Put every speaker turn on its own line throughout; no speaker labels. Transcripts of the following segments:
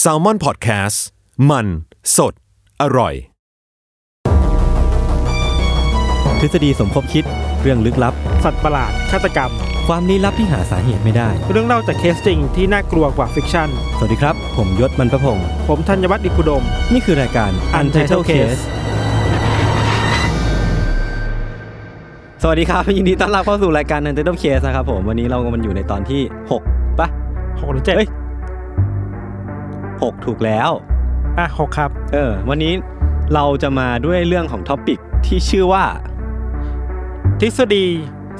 แซลมอนพอดแคสต์มันสดอร่อย
ทฤษฎีสมคบคิด เรื่องลึกลับ
สัตว์ประหลาด ฆาตกรรม
ความลี้ลับที่หาสาเหตุไม่ได้
เรื่องเล่าจากเคสจริงที่น่ากลัวกว่าฟิกชั่น
สวัสดีครับ ผมยศมันประพงศ์
ผมธัญวัฒน์อิพุดม
นี่คือรายการ Untitled Case สวัสดีครับ ยินดีต้อนรับเข้าสู่รายการ Untitled Case นะครับผมวันนี้เรามันอยู่ในตอนที่ 6ปะ
หกหรือเจ็ด
เฮ้ย 6 ถูกแล้ว
อ่ะหกครับ
เออ วันนี้เราจะมาด้วยเรื่องของท็อปิกที่ชื่อว่า
ทฤษฎี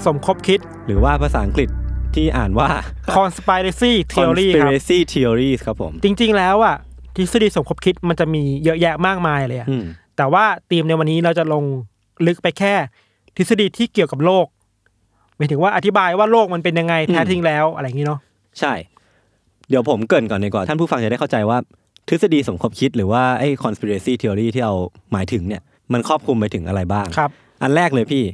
สมคบคิด
หรือว่าภาษาอังกฤษที่อ่านว่า
conspiracy theory ครับ
conspiracy theories ครับผม
จริง ๆ แล้วอ่ะทฤษฎีสมคบคิดมันจะมีเยอะแยะมากมายเลยอะ
อืม
แต่ว่าธีมในวันนี้เราจะลงลึกไปแค่ ทฤษฎีที่เกี่ยวกับโลกหมายถึงว่าอธิบายว่าโลกมันเป็นยังไงแท้จริงแล้วอะไรอย่างนี้เนาะ
ใช่ เดี๋ยวผมเกรินก่อนดีกว่าท่านผู้ฟังจะได้เข้าใจว่า ทฤษฎีสมคบคิดหรือว่าไอ้ conspiracy theory ที่เราหมายถึงเนี่ย มันครอบคลุมไปถึงอะไรบ้าง
ครับ
อันแรกเลยพี่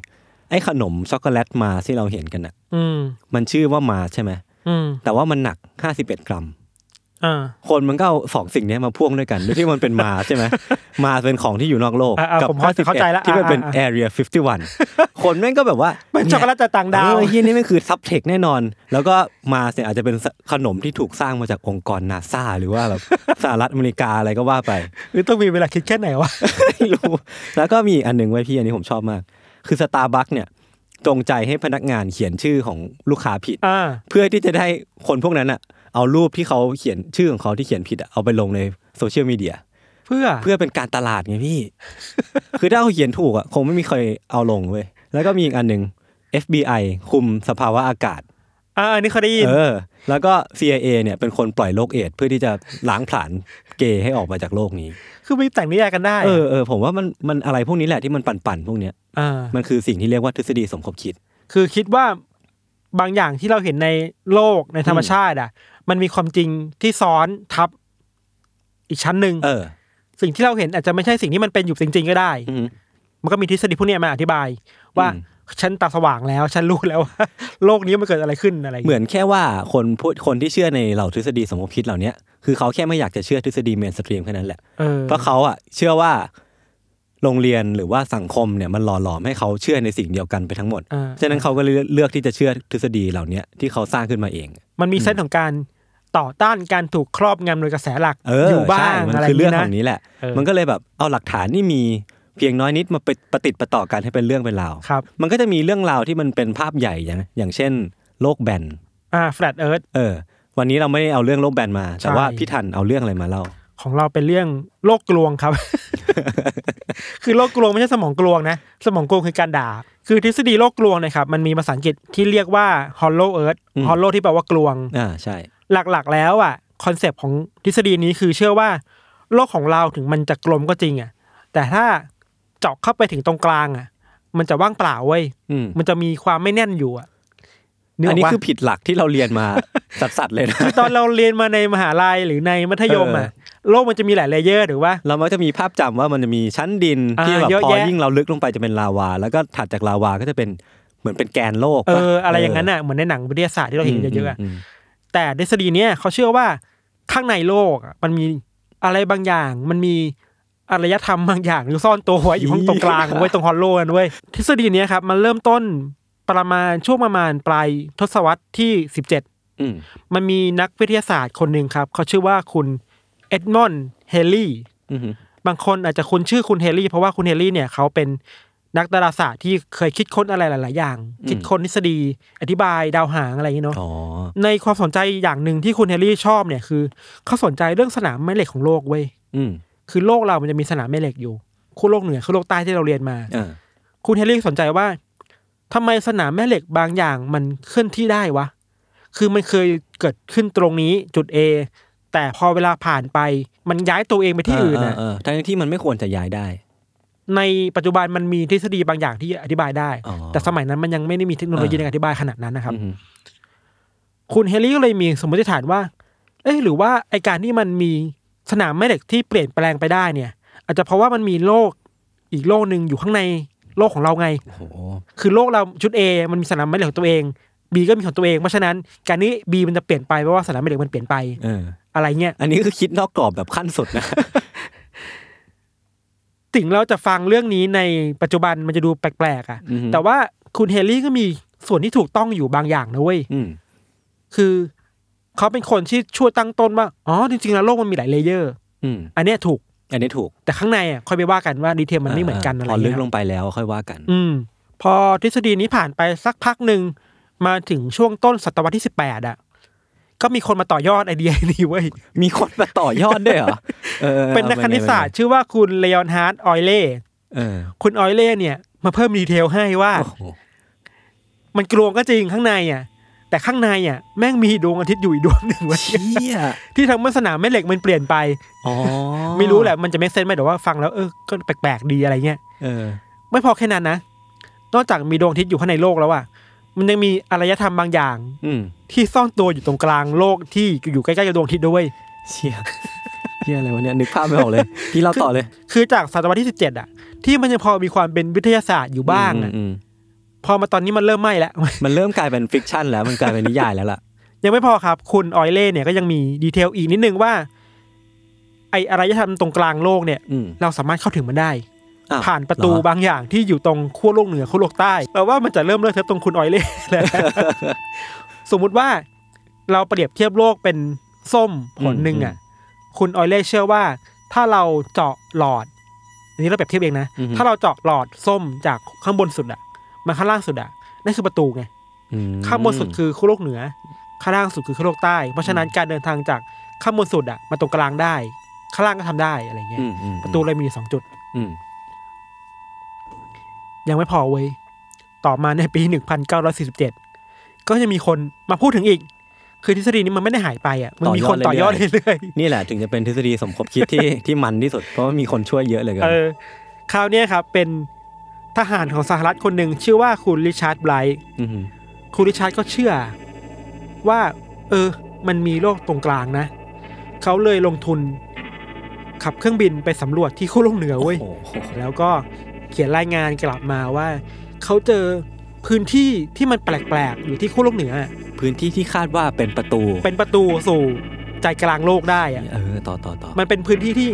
ไอ้ขนมช็อกโกแลตมาที่เราเห็นกันน่ะ
อืม
มันชื่อว่ามาใช่ไหม
อืม
แต่ว่ามันหนัก 51 กรัม
อ่า
คนมันก็เอาสองสิ่งเนี้ยมาพ่วงด้วยกัน โดยที่มันเป็นมาใช่ไหม มาเป็นของที่อยู่นอกโลก
อ่ะอ่ะ
กั
ผมเข้าเข้าใจละ
51ที่มันเป็น
อ่ะอ่ะ
area 51 คนแม่งก็แบบว่า
เป็นช็อกโกแลตจากต่างดาว
เออเฮียนี่แม่งคือซับเทคแน่นอน แล้วก็มาเนี่ยอาจจะเป็นขนมที่ถูกสร้างมาจากองค์กรนาซาหรือว่าแบบ สหรัฐอเมริกาอะไรก็ว่าไป
หรือต้องมีเวลาคิดแค่ไหนวะ
ไม่รู้ แล้วก็มีอีกอันหนึ่งไว้ยพี่อันนี้ผมชอบมาก คือสตาร์บัคเนี่ยจงใจให้พนักงานเขียนชื่อของลูกค้าผิด
อ่า
เพื่อที่จะได้คนพวกนั้นอ่ะเอารูปที่เขาเขียนชื่อของเขาที่เขียนผิดอะเอาไปลงในโซเชียลมีเดีย
เพื่อ
เพื่อเป็นการตลาดไงพี่ คือถ้าเขาเขียนถูกอ่ะคงไม่มีใครเอาลงเว้ยแล้วก็มีอีกอันหนึ่ง FBI คุมสภาวะอากาศ
อ่าอันนี่เคยได้ยิน
เออ แล้วก็ CIA เนี่ยเป็นคนปล่อยโรคเอดส์เพื่อที่จะล้างผลาญเกย์ให้ออกมาจากโลกนี้
คือมีแต่งนิยายกันได้
เออเออผมว่ามันมันอะไรพวกนี้แหละที่มันปั่นๆพวกเนี้ย
อ่า
มันคือสิ่งที่เรียกว่าทฤษฎีสมคบคิด
คือคิดว่าบางอย่างที่เราเห็นในโลกในธรรมชาติอ่ะ มันมีความจริงที่ซ้อนทับอีกชั้นหนึ่ง
เออ
สิ่งที่เราเห็นอาจจะไม่ใช่สิ่งที่มันเป็นอยู่จริง ๆ ก็ได้
อืม
มันก็มีทฤษฎีพวกเนี้ยมาอธิบาย ว่า
อืม
ฉันตาสว่างแล้ว ฉันรู้แล้วว่า โลกนี้มันเกิดอะไรขึ้นอะไรอย่าง
เหมื
เงี้ย
อนแค่ว่าคนพูดคนที่เชื่อในเหล่าทฤษฎีสมคบคิดเหล่าเนี้ยคือเขาแค่ไม่อยากจะเชื่อทฤษฎีเมนสตรีมแค่นั้นแหละ
เออ
เพราะเขาอ่ะเชื่อว่าโรงเรียนหรือว่าสังคมเนี่ยมันหล่อหลอมให้เขาเชื่อในสิ่งเดียวกันไปทั้งหมด
อ่า
ฉะนั้นเขาก็เลยเลือกที่จะเชื่อทฤษฎีเหล่าเนี้ยที่เขาสร้างขึ้นมาเอง
มันมีเส้นของการต่อต้านการถูกครอบงำโดยกระแสหลัก
เออ
อยู่บ้า
ใช่
ง
มัน
อะไร
คือเรื่อง
ย่า
ข
ย
องนี้แหละ
เออ
มันก็เลยแบบเอาหลักฐานที่มีเพียงน้อยนิดมาไปประติดประต่อกันให้เป็นเรื่องเป็นราว
ครับ
มันก็จะมีเรื่องราวที่มันเป็นภาพใหญ่อย่างอย่างเช่น โลกแบน
อ่าแฟลตเอิร์
เออ วันนี้เราไม่ได้เอาเรื่องโลกแบนมา แต่ว่าพี่ทันเอาเรื่องอะไรมาเล่า
ของเราเป็นเรื่องโลกกลวงครับ คือโลกกลวงไม่ใช่สมองกลวงนะ สมองกลวงคือการด่า คือทฤษฎีโลกกลวงเนะครับ มันมีภาษาอังกฤษที่เรียกว่า hollow earth
อืม
hollow ที่แปลว่ากลวง
อ่าใช่
หลักๆ แล้วอ่ะคอนเซปต์ของทฤษฎีนี้คือเชื่อว่า โลกของเราถึงมันจะกลมก็จริงอ่ะ แต่ถ้าเจาะเข้าไปถึงตรงกลางอ่ะ มันจะว่างเปล่าเว้ย
อืม
มันจะมีความไม่แน่นอยู่อ่ะนึกอ
อั
อนก
นี้
ปะ
คือผิดหลักที่เราเรียนมา สัดสัเลยนะ
คือตอนเราเรียนมาในมหาลัยหรือในมัธยมอ่ะ โลกมันจะมีหลายเลเยอร์หรือว่า
เรามักจะมีภาพจำว่ามันจะมีชั้นดิน
อ่า
ที่แบบ
เยอะ
พอ
แยะ
ยิ่งเราลึกลงไปจะเป็นลาวา แล้วก็ถัดจากลาวาก็จะเป็นเหมือนเป็นแกนโลก
เอ
ป
ออะไรอย่างนั้นน่ะเหมือนในหนังวิทยาศาสตร์ที่เราเห็นเยอะๆอะ
ม
แต่ทฤษฎีเนี้ยเขาเชื่อว่าข้างในโลกอะมันมีอะไรบางอย่าง มันมีอารยธรรมบางอย่างหรือซ่อนตัวไว้อยู่ข้างตรงกลางไว้ยตรงฮอลโลนั่นเว้ยทฤษฎีเนี้ยครับมันเริ่มต้นประมาณช่วงประมาณปลายทศวรรษที่ 17
อืม
มันมีนักวิทยาศาสตร์คนหนึ่งครับ เขาชื่อว่าคุณเอ็ดมอนด์เฮลลี่
อืมอืม
บางคนอาจจะคุ้นชื่อคุณเฮลลี่ เพราะว่าคุณเฮลลี่เนี่ยเขาเป็นนักดาราศาสตร์ที่เคยคิดค้นอะไรหลาย ๆ อย่าง คิดค้นทฤษฎี อธิบายดาวหางอะไรอย่างเงี้ยเนาะ
อ๋อ
ในความสนใจอย่างหนึ่งที่คุณเฮลลี่ชอบเนี่ยคือเขาสนใจเรื่องสนามแม่เหล็กของโลกเว้ย
อืม
คือโลกเรามันจะมีสนามแม่เหล็กอยู่คู่โลกเหนือคู่โลกใต้ที่เราเรียนมา
อ่า
คุณเฮลลี่สนใจว่าทำไมสนามแม่เหล็กบางอย่างมันเคลื่อนที่ได้วะ คือมันเคยเกิดขึ้นตรงนี้จุด A แต่พอเวลาผ่านไปมันย้ายตัวเองไปที่อื่นนะ
าาาทั้งที่มันไม่ควรจะย้ายได้
ในปัจจุบันมันมีทฤษฎีบางอย่างที่อธิบายได้
อ๋อ
แต่สมัยนั้นมันยังไม่ได้มีเทคโนโลยี
เออ
ในการอธิบายขนาดนั้นนะครับ
อืม
คุณเฮลลี่ก็เลยมีสมมติฐานว่า เอ๊ะหรือว่าไอการที่มันมีสนามแม่เหล็กที่เปลี่ยนแปลงไปได้เนี่ย อาจจะเพราะว่ามันมีโลกอีกโลกหนึ่งอยู่ข้างในโลกของเราไง
โอ้โห
คือโลกเราชุด A มันมีสนามแม่เหล็กของตัวเอง บีก็มีของตัวเองเพราะฉะนั้นการนี้บีมันจะเปลี่ยนไปเพราะว่าสถานะแม่เหล็กมันเปลี่ยนไป
เออ
อะไรเงี้ย
อันนี้คือคิดนอกกรอบแบบขั้นสุดนะ
ถึงเราจะฟังเรื่องนี้ในปัจจุบันมันจะดูแปลกๆอ่ะ
อือฮึ
แต่ว่าคุณเฮลี่ก็มีส่วนที่ถูกต้องอยู่บางอย่างนะเว้ย
อืม
คือเขาเป็นคนที่ช่วยตั้งต้นว่า อ๋อ จริงๆ แล้วโลกมันมีหลายเลเยอร์
อืม
อันเนี้ยถูก
อันนี้ถูก
แต่ข้างในอ่ะค่อยไปว่ากันว่าดีเทลมันไม่เหมือนกันอะไร
พอลึ
เงี้
ก
ย
ลงไปแล้วค่อยว่ากัน
อืม พอทฤษฎีนี้ผ่านไปสักพักหนึ่งมาถึงช่วงต้นศตวรรษที่สิบแปดอ่ะ ก็มีคนมาต่อยอดไอเดียนี้ เว้ย
มีคนมาต่อยอดด้วยเหรอออ
เป็นนักคณิตศาสตร์ชื่อว่าคุณเล o n นฮาร์ดออยเล่
เออ
คุณออยเล่เนี่ย มาเพิ่มดีเทลให้ว่า
โอ้โห
มันกลวงก็จริงข้างในอ่ะ แต่ข้างในอ่ะแม่งมีดวงอาทิตย์อยู่อีกดวงหนึ่งเว้ย
เชี่ย
ที่ทำให้สนามแม่เหล็กมันเปลี่ยนไป
อ๋อ
ไม่รู้แหละมันจะไม่เซนไหมแต่ว่าฟังแล้วเออก็แปลกๆดีอะไรเงี้ย
เออ
ไม่พอแค่นั้นนะ นอกจากมีดวงอาทิตย์อยู่ข้างในโลกแล้วอะมันยังมีอารยธรรมบางอย่าง
อืม
ที่ซ่อนตัวอยู่ตรงกลางโลกที่อยู่ใกล้ๆกับดวงอาทิตย์ด้วย
เชี่ยเชี่ยอะไรวะเนี่ยนึกภาพไม่ออกเลย พี่เราต่อเลย
คือจากศตวรรษที่สิบเจ็ดอะที่มันยังพอมีความเป็นวิทยาศาสตร์อยู่บ้างอะ
อืมอืม
พอมาตอนนี้มันเริ่มไม่แล้ว
มันเริ่มกลายเป็นฟิกชันแล้วมันกลายเป็นนิยายแล้วล่ะ
ยังไม่พอครับ คุณออยเล่เนี่ยก็ยังมีดีเทลอีกนิดนึงว่าไออารยธรรมตรงกลางโลกเนี่ย
อืม
เราสามารถเข้าถึงมันได้
อ้าว
ผ่านประตู
เหรอ
บางอย่างที่อยู่ตรงขั้วโลกเหนือขั้วโลกใต้แปลว่ามันจะเริ่มเลิกเทอะตรงคุณออยเล่ แล้ว สมมุติว่าเราเปรียบเทียบโลกเป็นส้มผลหนึ่งอ่ะ คุณออยเล่เชื่อว่า ถ้าเราเจาะหลอด อันนี้เราเปรียบเทียบเองนะ
อือฮึ
ถ้าเราเจาะหลอดส้มจากข้างบนสุดอ่ะมาข้างล่างสุดอ่ะนั่นคือประตูไง
อืม
ข้างบนสุดคือขั้วโลกเหนือ ข้างล่างสุดคือขั้วโลกใต้ เพราะฉะนั้นการเดินทางจากข้างบนสุดอ่ะมาตรงกลางได้ ข้างล่างก็ทำได้อะไรเงี้ย
มอืม
ประตูเลยมีอยู่สองจุด
อืม
ยังไม่พอเว้ย ต่อมาในปี 1947 ก็ยังมีคนมาพูดถึงอีก คือทฤษฎีนี้มันไม่ได้หายไปอ่ะ มันมีคนต่อยอดเรื่อย
นี่แหละถึงจะเป็นทฤษฎีสมคบคิดที่ ที่มันที่สุดเพราะว่ามีคนช่วยเยอะเหลยกั
ๆ เออ คราวเนี้ยครับ เป็นทหารของสหรัฐคนหนึ่งชื่อว่าคุณริชาร์ดไบรท์
อืม
คุณริชาร์ดก็เชื่อ ว่า เออ มันมีโลกตรงกลางนะ เขาเลยลงทุน ขับเครื่องบินไปสำรวจที่ขั้ วโลกเหนือเว้ย
โอ้โห
แล้วก็เขียนรายงานกลับมาว่า เขาเจอพื้นที่ที่มันแปลกๆ อยู่ที่ขั้วโลกเหนือ
พื้นที่ที่คาดว่าเป็นประตู
เป็นประตูสู่ใจกลางโลกได้อะ
เออต่อต่อต่อ
มันเป็นพื้นที่ที่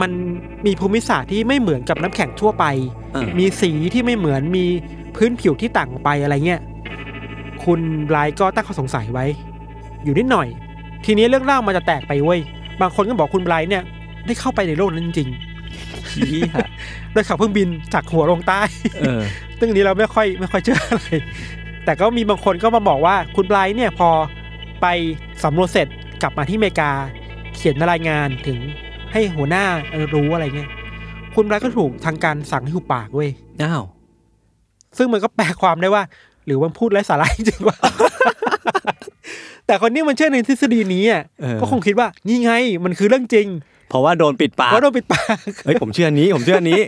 มันมีภูมิศาสตร์ที่ไม่เหมือนกับน้ำแข็งทั่วไป
อ่ะ
มีสีที่ไม่เหมือนมีพื้นผิวที่ต่างออกไปอะไรเงี้ย คุณไลท์ก็ตั้งข้อสงสัยไว้ อยู่นิดหน่อย ทีนี้เรื่องเล่ามันจะแตกไปเว้ย บางคนก็บอกคุณไลท์เนี่ย ได้เข้าไปในโลกนั้นจริง
เชี่ย
ๆโดยขับเครื่องบินจากหัวลงใต้
เออ
ซึ่งอันนี้เราไม่ค่อยไม่ค่อยเจออะไร แต่ก็มีบางคนก็มาบอกว่าคุณไบรท์เนี่ยพอไปสำรวจเสร็จกลับมาที่อเมริกา เขียนรายงานถึงให้หัวหน้ารู้อะไรเงี้ย คุณไบรท์ก็ถูกทางการสั่งให้หุบปากเว้ย
อ้าว
ซึ่งมันก็แปลความได้ว่า หรือมันพูดไร้สาระจริงๆว่า แต่คนนี้มันเชื่อในทฤษฎีนี้อ่ะ
เออ
ก็คงคิดว่านี่ไงมันคือเรื่องจริง
เพราะว่าโดนปิดปาก
เพราะโดนปิดปาก
เฮ้ยผมเชื่อนี้ผมเชื่อนี้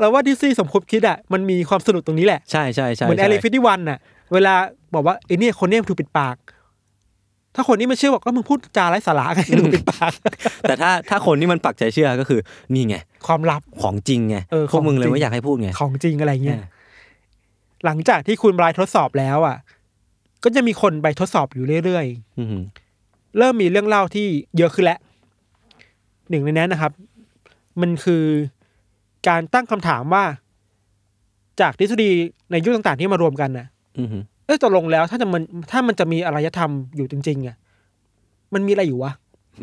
เราว่าดิซี่สมคบคิดอ่ะมันมีความสนุกตรงนี้แหละ
ใช่ใช่ใช่
เหมือนแอ
ใช่
ลิฟิตี้วันน่ะ เวลาบอกว่าไอ้เนี่ยคนเนี้ยมันถูกปิดปาก ถ้าคนนี้ไม่เชื่อบอกว่ามึงพูดจาไร้สาระไง ถูกปิดปาก
แต่ถ้าถ้าคนที่มันปักใจเชื่อก็คือนี่ไง
ความ ลับ
ของจริงไง
เออ
พวกมึง
ของจ
เล
ริ
ย
ง
ไม่อยากให้พูดไง
ของจริงอะไรเงี้ย หลังจากที่คุณบรายทดสอบแล้วอ่ะ ก็จะมีคนไปทดสอบอยู่เรื่อย
อืม
ๆ เริ่มมีเรื่องเล่าที่เยอะขึ้นแล้วหนึ่งในนั้นนะครับ มันคือการตั้งคำถามว่า จากทฤษฎีในยุคต่างๆที่มารวมกันน่ะ
อืม
เอ้ยตกลงแล้วถ้าจะมันถ้ามันจะมีอารยธรรมอยู่จริงๆอ่ะมันมีอะไรอยู่วะ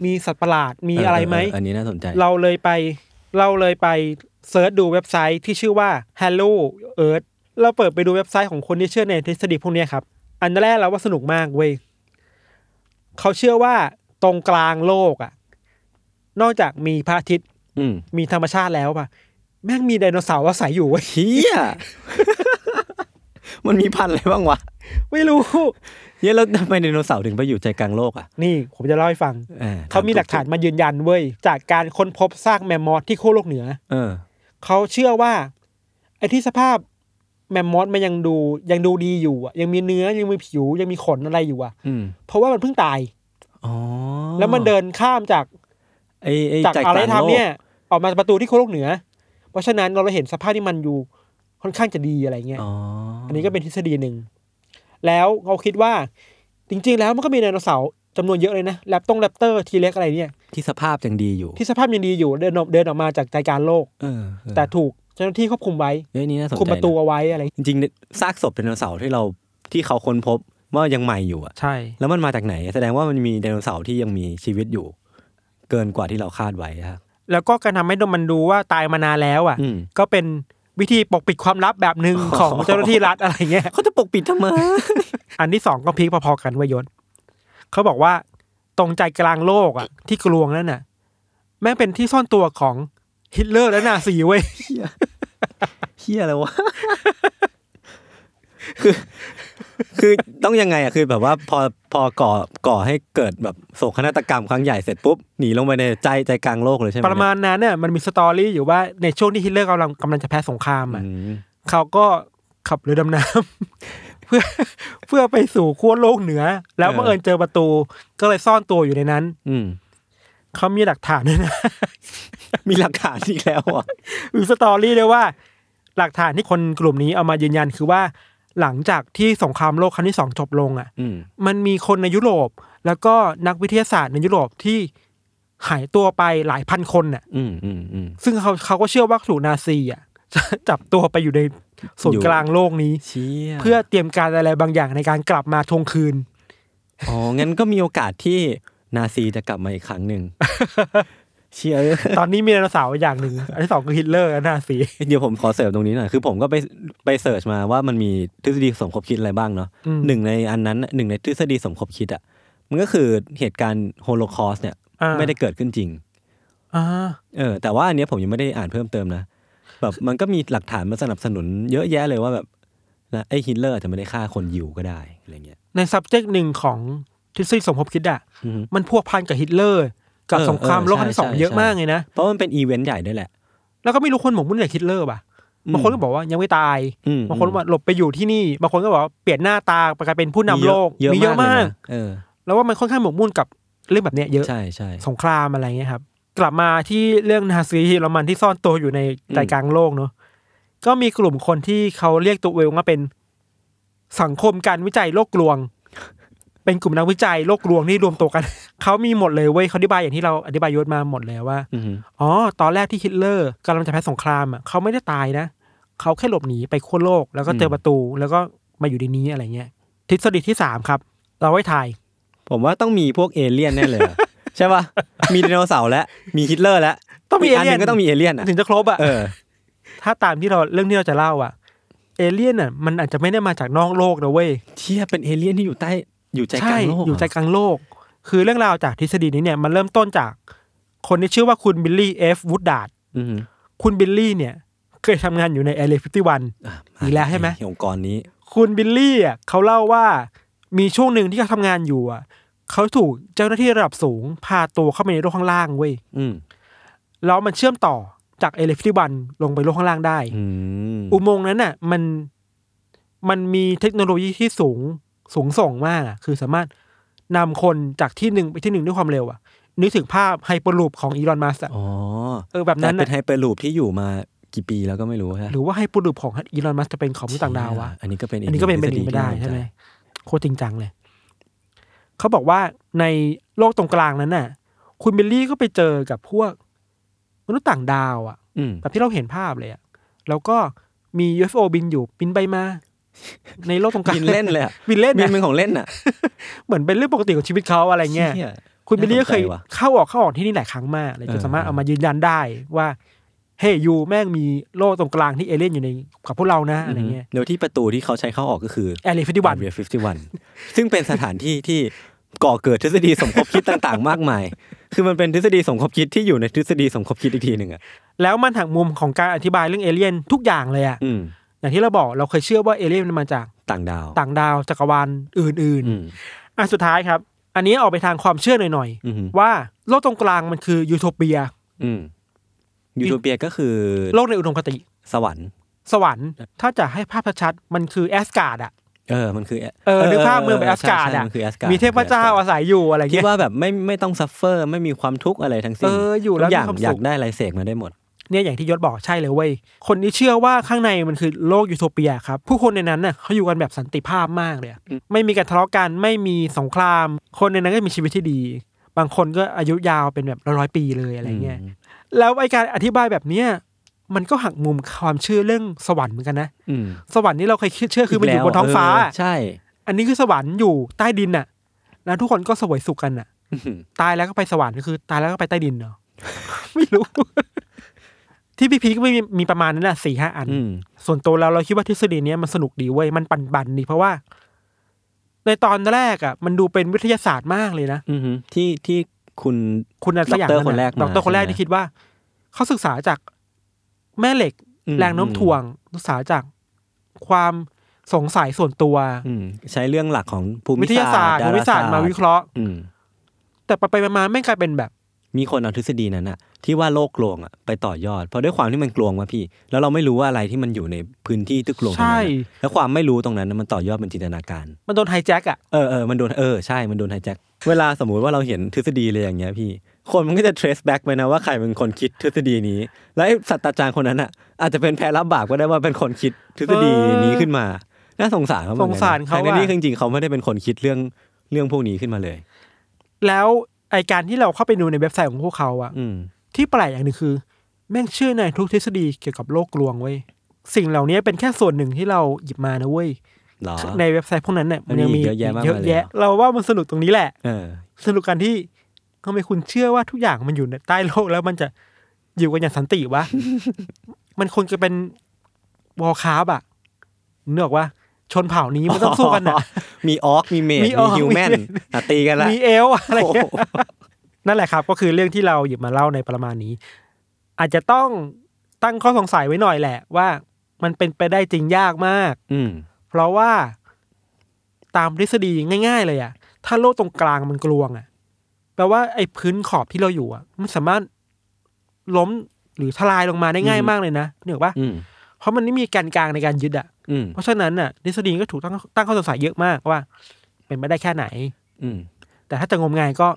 มีสัตว์ประหลาดมีอะไรไหม
เเอันนี้น่าสนใจ
เราเลยไปเราเลยไปเซิร์ชดูเว็บไซต์ที่ชื่อว่า Hello Earth เราเปิดไปดูเว็บไซต์ของคนที่เชื่อในทฤษฎีพวกเนี้ยครับ อันแรกเราว่าสนุกมากเว้ยเขาเชื่อว่าตรงกลางโลกอ่ะ นอกจากมีพระอาทิตย์
อืม
มีธรรมชาติแล้วป่ะแม่งมีไดโนเสาร์อาศัยอยู่เว้ย
เฮีย มันมีพันธุ์อะไรบ้างวะ
ไม่รู้
เฮ้ยแล้วทำไมไดโนเสาร์ถึงไปอยู่ใจกลางโลกอ่ะ
นี่ผมจะเล่าให้ฟัง
อ่
เขามีหลักฐานมายืนยันเว้ย จากการค้นพบซากแมมมอสที่ขั้วโลกเหนือ
เออ
เขาเชื่อว่า ไอ้ที่สภาพแมมมอสมันยังดูยังดูดีอยู่อะยังมีเนื้อยังมีผิวยังมีขนอะไรอยู่อะ
อืม
เพราะว่ามันเพิ่งตาย
อ๋อ
แล้วมันเดินข้ามจาก
ไอ้ไอ้
จาก
ใจก
อะไร
ลาง
ทำ
โลก
เนี่ย ออกมาประตูที่ขั้วโลกเหนือ เพราะฉะนั้นเราเลยเห็นสภาพที่มันอยู่ค่อนข้างจะดีอะไรเงี้ย
อ๋อ
อันนี้ก็เป็นทฤษฎีหนึ่ง แล้วเขาคิดว่า จริง ๆ แล้วมันก็มีไดโนเสาร์จำนวนเยอะเลยนะแรปตงแรปเตอร์ทีเล็กอะไรเนี่ย
ที่สภาพยังดีอยู่
ที่สภาพยังดีอยู่เดินออกเดินออกมาจากใจกลางโลก
เออเออ
แต่ถูกเจ้าหน้าที่ควบคุมไว้
เรื่องนี้น่าสนใจ
คุมประตู
น
เอาไว้อะไร
จริงๆซากศพไดโนเสาร์ที่เราที่เขาค้นพบว่ายังใหม่อยู่อะ
ใช่
แล้วมันมาจากไหน แสดงว่ามันมีไดโนเสาร์ที่ยังมีชีวิตอยู่ เกินกว่าที่เราคาดไว้ครับ
แล้วก็การทำให้มันดูว่าตายมานานแล้วอ่ะ
อืม
ก็เป็นวิธีปกปิดความลับแบบหนึ่งของเจ้าหน้าที่รัฐอะไรเงี้ย
เขาจะปกปิดทำไม
อันที่สองก็พีคพอๆกันเว้ยยศเขาบอกว่าตรงใจกลางโลกอ่ะ ที่กลวงนั่นน่ะ แม่งเป็นที่ซ่อนตัวของฮิตเลอร์และนาซีเว้ย
เฮียอะไรวะ คือ คือต้องยังไงอะคือแบบว่าพอพอก่อก่อให้เกิดแบบโศกนาฏกรรมครั้งใหญ่เสร็จปุ๊บหนีลงไปในใจใจกลางโลกเลยใช่ไหม
ประมาณนั้นเนี่ยมันมีสตอรี่อยู่ว่าในช่วงที่ฮิตเลอร์กำลังกำลังจะแพ้สงครามอ่ะ
อืม
เขาก็ขับเรือดำน้ำ เพื่อเพื่อไปสู่ขั้วโลกเหนือ แล้วบังเอิญเจอประตู ก็เลยซ่อนตัวอยู่ในนั้น
อืม
เขามีหลักฐานด้วยนะ
มีหลักฐานอีกแล้วอ่ะ
มีสตอรี่ด้วยว่า หลักฐานที่คนกลุ่มนี้เอามายืนยันคือว่า หลังจากที่สงครามโลกครั้งที่สองจบลงอ่ะ
อืม
มันมีคนในยุโรป แล้วก็นักวิทยาศาสตร์ในยุโรปที่หายตัวไปหลายพันคนน่ะ
อืมอืมอืม
ซึ่งเขาเขาก็เชื่อว่าถูกนาซีอ่ะ จับตัวไปอยู่ในศูนย์กลางโลกนี้
เชี่ย
เพื่อเตรียมการอะไรบางอย่างในการกลับมาทวงคืน
อ๋อ งั้นก็มีโอกาสที่นาซีจะกลับมาอีกครั้งห นึ่ง เชี่ยเอ้ย
ตอนนี้มีไดโนเสาร์อย่างหนึ่ง อันที่สองคือฮิตเลอร์และนาซี
เดี๋ยวผมขอเสริมตรงนี้หน่อย คือผมก็ไปไปเสิร์ชมาว่ามันมีทฤษฎีสมคบคิดอะไรบ้างเนาะ
อืม
หนึ่งในอันนั้นน่ะหนึ่งในทฤษฎีสมคบคิดอ่ะ มันก็คือเหตุการณ์โฮโลคอสต์เนี่ย
อ่า
ไม่ได้เกิดขึ้นจริง
อ่า
เออ แต่ว่าอันเนี้ยผมยังไม่ได้อ่านเพิ่มเติมนะ แบบมันก็มีหลักฐานมาสนับสนุนเยอะแยะเลยว่าแบบนะไอ้ฮิตเลอร์อาจจะไม่ได้ฆ่าคนยิวก็ได้อะไรเงี้ย
ใน subject หนึ่งของทฤษฎีสมคบคิดอ่ะ
อือฮึ
มันพัวพันกับฮิตเลอร์ กับ
เออ
สงครามโลกครั้งที่สอง
ใช่ใช่
เยอะมากเลยนะ
เพราะมันเป็นอีเวนต์ใหญ่ด้วยแหละ
แล้วก็ไม่รู้คนหมกมุ่นกับฮิตเลอร์ป่ะ
อืม
บางคนก็บอกว่ายังไม่ตาย
อืม
บางคน
อืม
ว่าหลบไปอยู่ที่นี่ บางคนก็บอกว่าเปลี่ยนหน้าตาไปกลายเป็นผู้นำโลก
เยอะ
มีเยอะมาก
ลยนะเออ
แล้วว่ามันค่อนข้างหมกมุ่นกับเรื่องแบบเนี้ยเยอะ
ใช่ใช่
สงครามอะไรเงี้ยครับ กลับมาที่เรื่องนาซีเยอรมันที่ซ่อนตัวอยู่ในใจกลางโลกเนาะก็มีกลุ่มคนที่เขาเรียกตัวเองว่าเป็นสังคมการวิจัยโลกลวง เป็นกลุ่มนักวิจัยโลกลวงที่รวมตัวกัน เขามีหมดเลยเว้ยเขาอธิบายอย่างที่เราอธิบายยศมาหมดเลยว่า
อือฮึ
อ๋อ ตอนแรกที่ฮิตเลอร์กำลังจะแพ้สงครามอ่ะเขาไม่ได้ตายนะ เขาแค่หลบหนีไปขั้วโลก แล้วก็เจอประตู แล้วก็มาอยู่ในนี้อะไรเงี้ย ทฤษฎีที่สามครับ เราไว้ถ่าย
ผมว่าต้องมีพวกเอเลี่ยนแน่เลยอะ ใช่ป่ะ มีไดโนเสาร์แล้วมีฮิตเลอร์แล้ว
ต้องมี
กนหนึ่
alien
ก็ต้องมีเอเลี่ยนอ่ะ
ถึงจะครบอ่ะ
เออ
ถ้าตามที่เราเรื่องที่เราจะเล่าอ่ะ เอเลี่ยนอ่ะมันอาจจะไม่ได้มาจากนอกโลกนะเว้ย
เชี่ยเป็นเอเลี่ยนที่อยู่ใต้อยู่ใจก
ใช่
ลางโลก
อยู่ใจ
เหร
กลางโลก คือเรื่องราวจากทฤษฎีนี้เนี่ยมันเริ่มต้นจากคนที่ชื่อว่าคุณบิลลี่เอฟวูดดาร์ด
อือหือ
คุณบิลลี่เนี่ย เคยทำงานอยู่ในแอเรียฟิฟตี้วัน
ะ
อีกแล้วใช่ไหม
อ้องค์กรนี้
คุณบิลลี่อ่ะเขาเล่าว่ามีช่วงหนึ่งที่เขาทำงานอยู่อ่ะเขาถูกเจ้าหน้าที่ระดับสูง พาตัวเข้าไปในโลกข้างล่างเว้ย
อืม
แล้วมันเชื่อมต่อจากเอเลฟที่บันลงไปโลกข้างล่างได้
อืม
อุโมงค์นั้นน่ะมันมันมีเทคโนโลยีที่สูงสูงส่งมากอ่ะคือสามารถนำคนจากที่หนึ่งไปที่หนึ่งด้วยความเร็วอ่ะ นึกถึงภาพไฮเปอร์ลูปของอีลอนมัสก์
อ๋อ
เออแบบ
แต่
นั้น
เป็น
น่ะ
ไฮเปอร์ลูปที่อยู่มากี่ปีแล้วก็ไม่รู้ฮะ
หรือว่าไฮเปอร์ลูปของอีลอนมัสก์จะเป็นของมนุษย์ต่างดาววะ
อันนี้ก็เป็น
อันนี้ก็เป็น
ท
เป็น
ฤษ
อีกไม่ได้
ที่น่าสนจ
ใช่ไหมโคตรจริงจังเลย เขาบอกว่าในโลกตรงกลางนั้นน่ะ คุณเบลลี่ก็ไปเจอกับพวกมนุษย์ต่างดาวอ่ะ
อืม
แบบที่เราเห็นภาพเลยอ่ะแล้วก็มี UFO บินอยู่บินไปมา ในโลกตรงกลาง
บินเล่นเลยอะ
บินเล่น
บิน
นะ
เป็นของเล่นอ่ะ
เหมือนเป็นเรื่องปกติของชีวิตเขาอะไรเงี้ย
ชี่
คุณเบลลี่ก็เคย
น่าสนใจว่ะ
เข้าออกเข้าออกที่นี่หลายครั้งมากเลยจน
เออ
สามารถเอามายืนยันได้ว่าเฮ้ยยูแม่งมีโลกตรงกลางที่เอเลี่ยนอยู่ในกับพวกเรานะอะไรเงี้ย
โดยที่ประตูที่เขาใช้เข้าออกก็คือ
แอร์เรฟิติวัน
Area 51 ซึ่งเป็นสถานที่ ที่ก่อเกิดทฤษฎีสมคบคิดต่าง ๆ มาก มาย คือมันเป็นทฤษฎีสมคบคิดที่อยู่ในทฤษฎีสมคบคิดอีกทีหนึ่งอ่ะ
แล้วมันหักมุมของการอธิบายเรื่องเอเลี่ยนทุกอย่างเลยอะ
อืม
อย่างที่เราบอกเราเคยเชื่อว่าเอเลี่ยนมันมาจาก
ต่างดาว
ต่างดาวจักรวาลอื่น
อืม
ๆ อันสุดท้ายครับ อันนี้ออกไปทางความเชื่อหน่อย
อือฮึ
ๆ ว่าโลกตรงกลางมันคือยูโทเปีย
อืมยูโทเปียก็คือ
โลกในอุดมคติ
สวรรค์
สวรรค์ ถ้าจะให้ภาพชัดๆมันคือแอสการ์ดอะ
เออ มันคือ
เออนึกภาพเมืองแบบอสการ์ด
ใช่
อะ
ใช่มันคืออสการ์ด
มีเทพเจ้าอาศัยอยู่อะไร
คิด
เงี้ย
ว่าแบบไม่ไม่ต้องซัฟเฟอร์ ไม่มีความทุกข์อะไรทั้งสิ้น
เอออยู่แล้ว
ทุกอย่าง
มีความสุข
อยากได้อะไรเสกมาได้หมด
เนี่ยอย่างที่ยศบอกใช่เลยเว้ยคนที่เชื่อว่าข้างในมันคือโลกยูโทเปียครับ ผู้คนในนั้นน่ะเขาอยู่กันแบบสันติภาพมากเลยอะ
อืม
ไม่มีการทะเลาะกันไม่มีสงคราม คนในนั้นก็มีชีวิตที่ดี บางคนก็อายุยาวเป็นแบบร้อยๆปีเลยอะไรเงี้ยแล้วไอการอธิบายแบบเนี้ยมันก็หักมุมความเชื่อเรื่องสวรรค์เหมือนกันนะ
อืม
สวรรค์นี่เราเคยเชื่อคือมันอยู่บนท้องฟ้า
เใช่
อันนี้คือสวรรค์อยู่ใต้ดินน่ะ แล้วทุกคนก็เสวยสุขกันน่ะ ตายแล้วก็ไปสวรรค์คือ ตายแล้วก็ไปใต้ดินเนาะ ไม่รู้ ที่พี่พีก็ไม่มีมีประมาณนั้นแหละสี่ห้าอัน
อืม
ส่วนตัวเราเราคิดว่าทฤษฎีเนี้ยมันสนุกดีเว้ยมันปันๆดีเพราะว่า ในตอนแรกอ่ะ มันดูเป็นวิทยาศาสตร์มากเลยนะ
อืมที่ที่คุณ
คุณอะไรสักอย่าง
ดอกเตอร์คนแรกมา
ดอกเตอร์คนแรก
ใช่ไหม
ที่คิดว่า เขาศึกษาจากแม่เหล็ก แรงโน้มถ่วงศึกษาจากความสงสัยส่วนตัว
อืมใช้เรื่องหลักของภู
วิ
มิ
ทยาศาสตร์
ด
วิทยาศาสตร์มาวิเคราะห์
อืม
แต่ไปๆมาๆไม่งกลายเป็นแบบ
มีคนเอาทฤษฎีนั้นอะที่ว่าโลกกลวงอะไปต่อยอด เพราะด้วยความที่มันกลวงมาพี่ แล้วเราไม่รู้ว่าอะไรที่มันอยู่ในพื้นที่ที่กลวงตรง
ใช่
นั้นอะแล้วความไม่รู้ตรงนั้นน่ะมันต่อยอดเป็นจินตนาการ
มันโดนไฮแจ็คอ่ะ
เออเออมันโดนเออใช่ มันโดนไฮแจ็คเวลาสมมุติว่าเราเห็นทฤษฎีอะไรอย่างเงี้ยพี่ คนมันก็จะ trace back ไปนะว่าใครเป็นคนคิดทฤษฎีนี้ แล้วไอ้ศาสัตราจารย์คนนั้นอ่ะอาจจะเป็นแพ้รับบาปก็ได้ว่าเป็นคนคิดทฤษฎีนี้ขึ้นมาน่าสงสารเขาเหมือนกัน
สงสารเขาอะ
แต่ในนี้จริงๆเขาไม่ได้เป็นคนคิดเรื่องเรื่องพวกนี้ขึ้นมาเลย
แล้วไอการที่เราเข้าไปดูในเว็บไซต์ของพวกเขาอะ
อืม
ที่ประหลาดอย่างหนึ่งคือ แม่งเชื่อในทุกทฤษฎีเกี่ยวกับโลกลวงเว้ยสิ่งเหล่านี้เป็นแค่ส่วนหนึ่งที่เราหยิบมานะเว้ย
เหรอ
ในเว็บไซต์พวกนั้นเนี่ยมันยังมี
มันมีเยอะแยะมากมาย
เยอะ
เลย
แยะ เราว่ามันสนุกตรงนี้แหละ
เออ
สนุกกันที่ทำไมคุณเชื่อว่าทุกอย่างมันอยู่ในใต้โลกแล้วมันจะอยู่กันอย่างสันติวะ มันควรจะเป็นวอลคาร์บอะเนืกออกว่าชนเผ่านี้มันต้องสู้กันอะ
มีออกมีเมด
มี
มี
orc
ฮิวแมน
มี
อ่ะ ตีกันละ
มีเอลอะไร
โอ้
เงี้ย
โห
นั่นแหละครับ ก็คือเรื่องที่เราหยิบมาเล่าในประมาณนี้ อาจจะต้องตั้งข้อสงสัยไว้หน่อยแหละว่ามันเป็นไปได้จริงยากมาก
อืม
เพราะว่าตามทฤษฎีง่าย ๆ เลยอะถ้าโลกตรงกลางมันกลวงอะแปลว่าไอ้พื้นขอบที่เราอยู่อะมันสามารถล้มหรือทลายลงมาได้ง่ายมากเลยนะเหนือว่า
อืม
เพราะมันไม่มีแกนกลางในการยึดอะ
อืม
เพราะฉะนั้นน่ะทฤษฎีก็ถูกตั้งตั้งข้อสงสัยเยอะมากว่า เป็นไปได้แค่ไหน
อืม
แต่ถ้าจะงมงายก็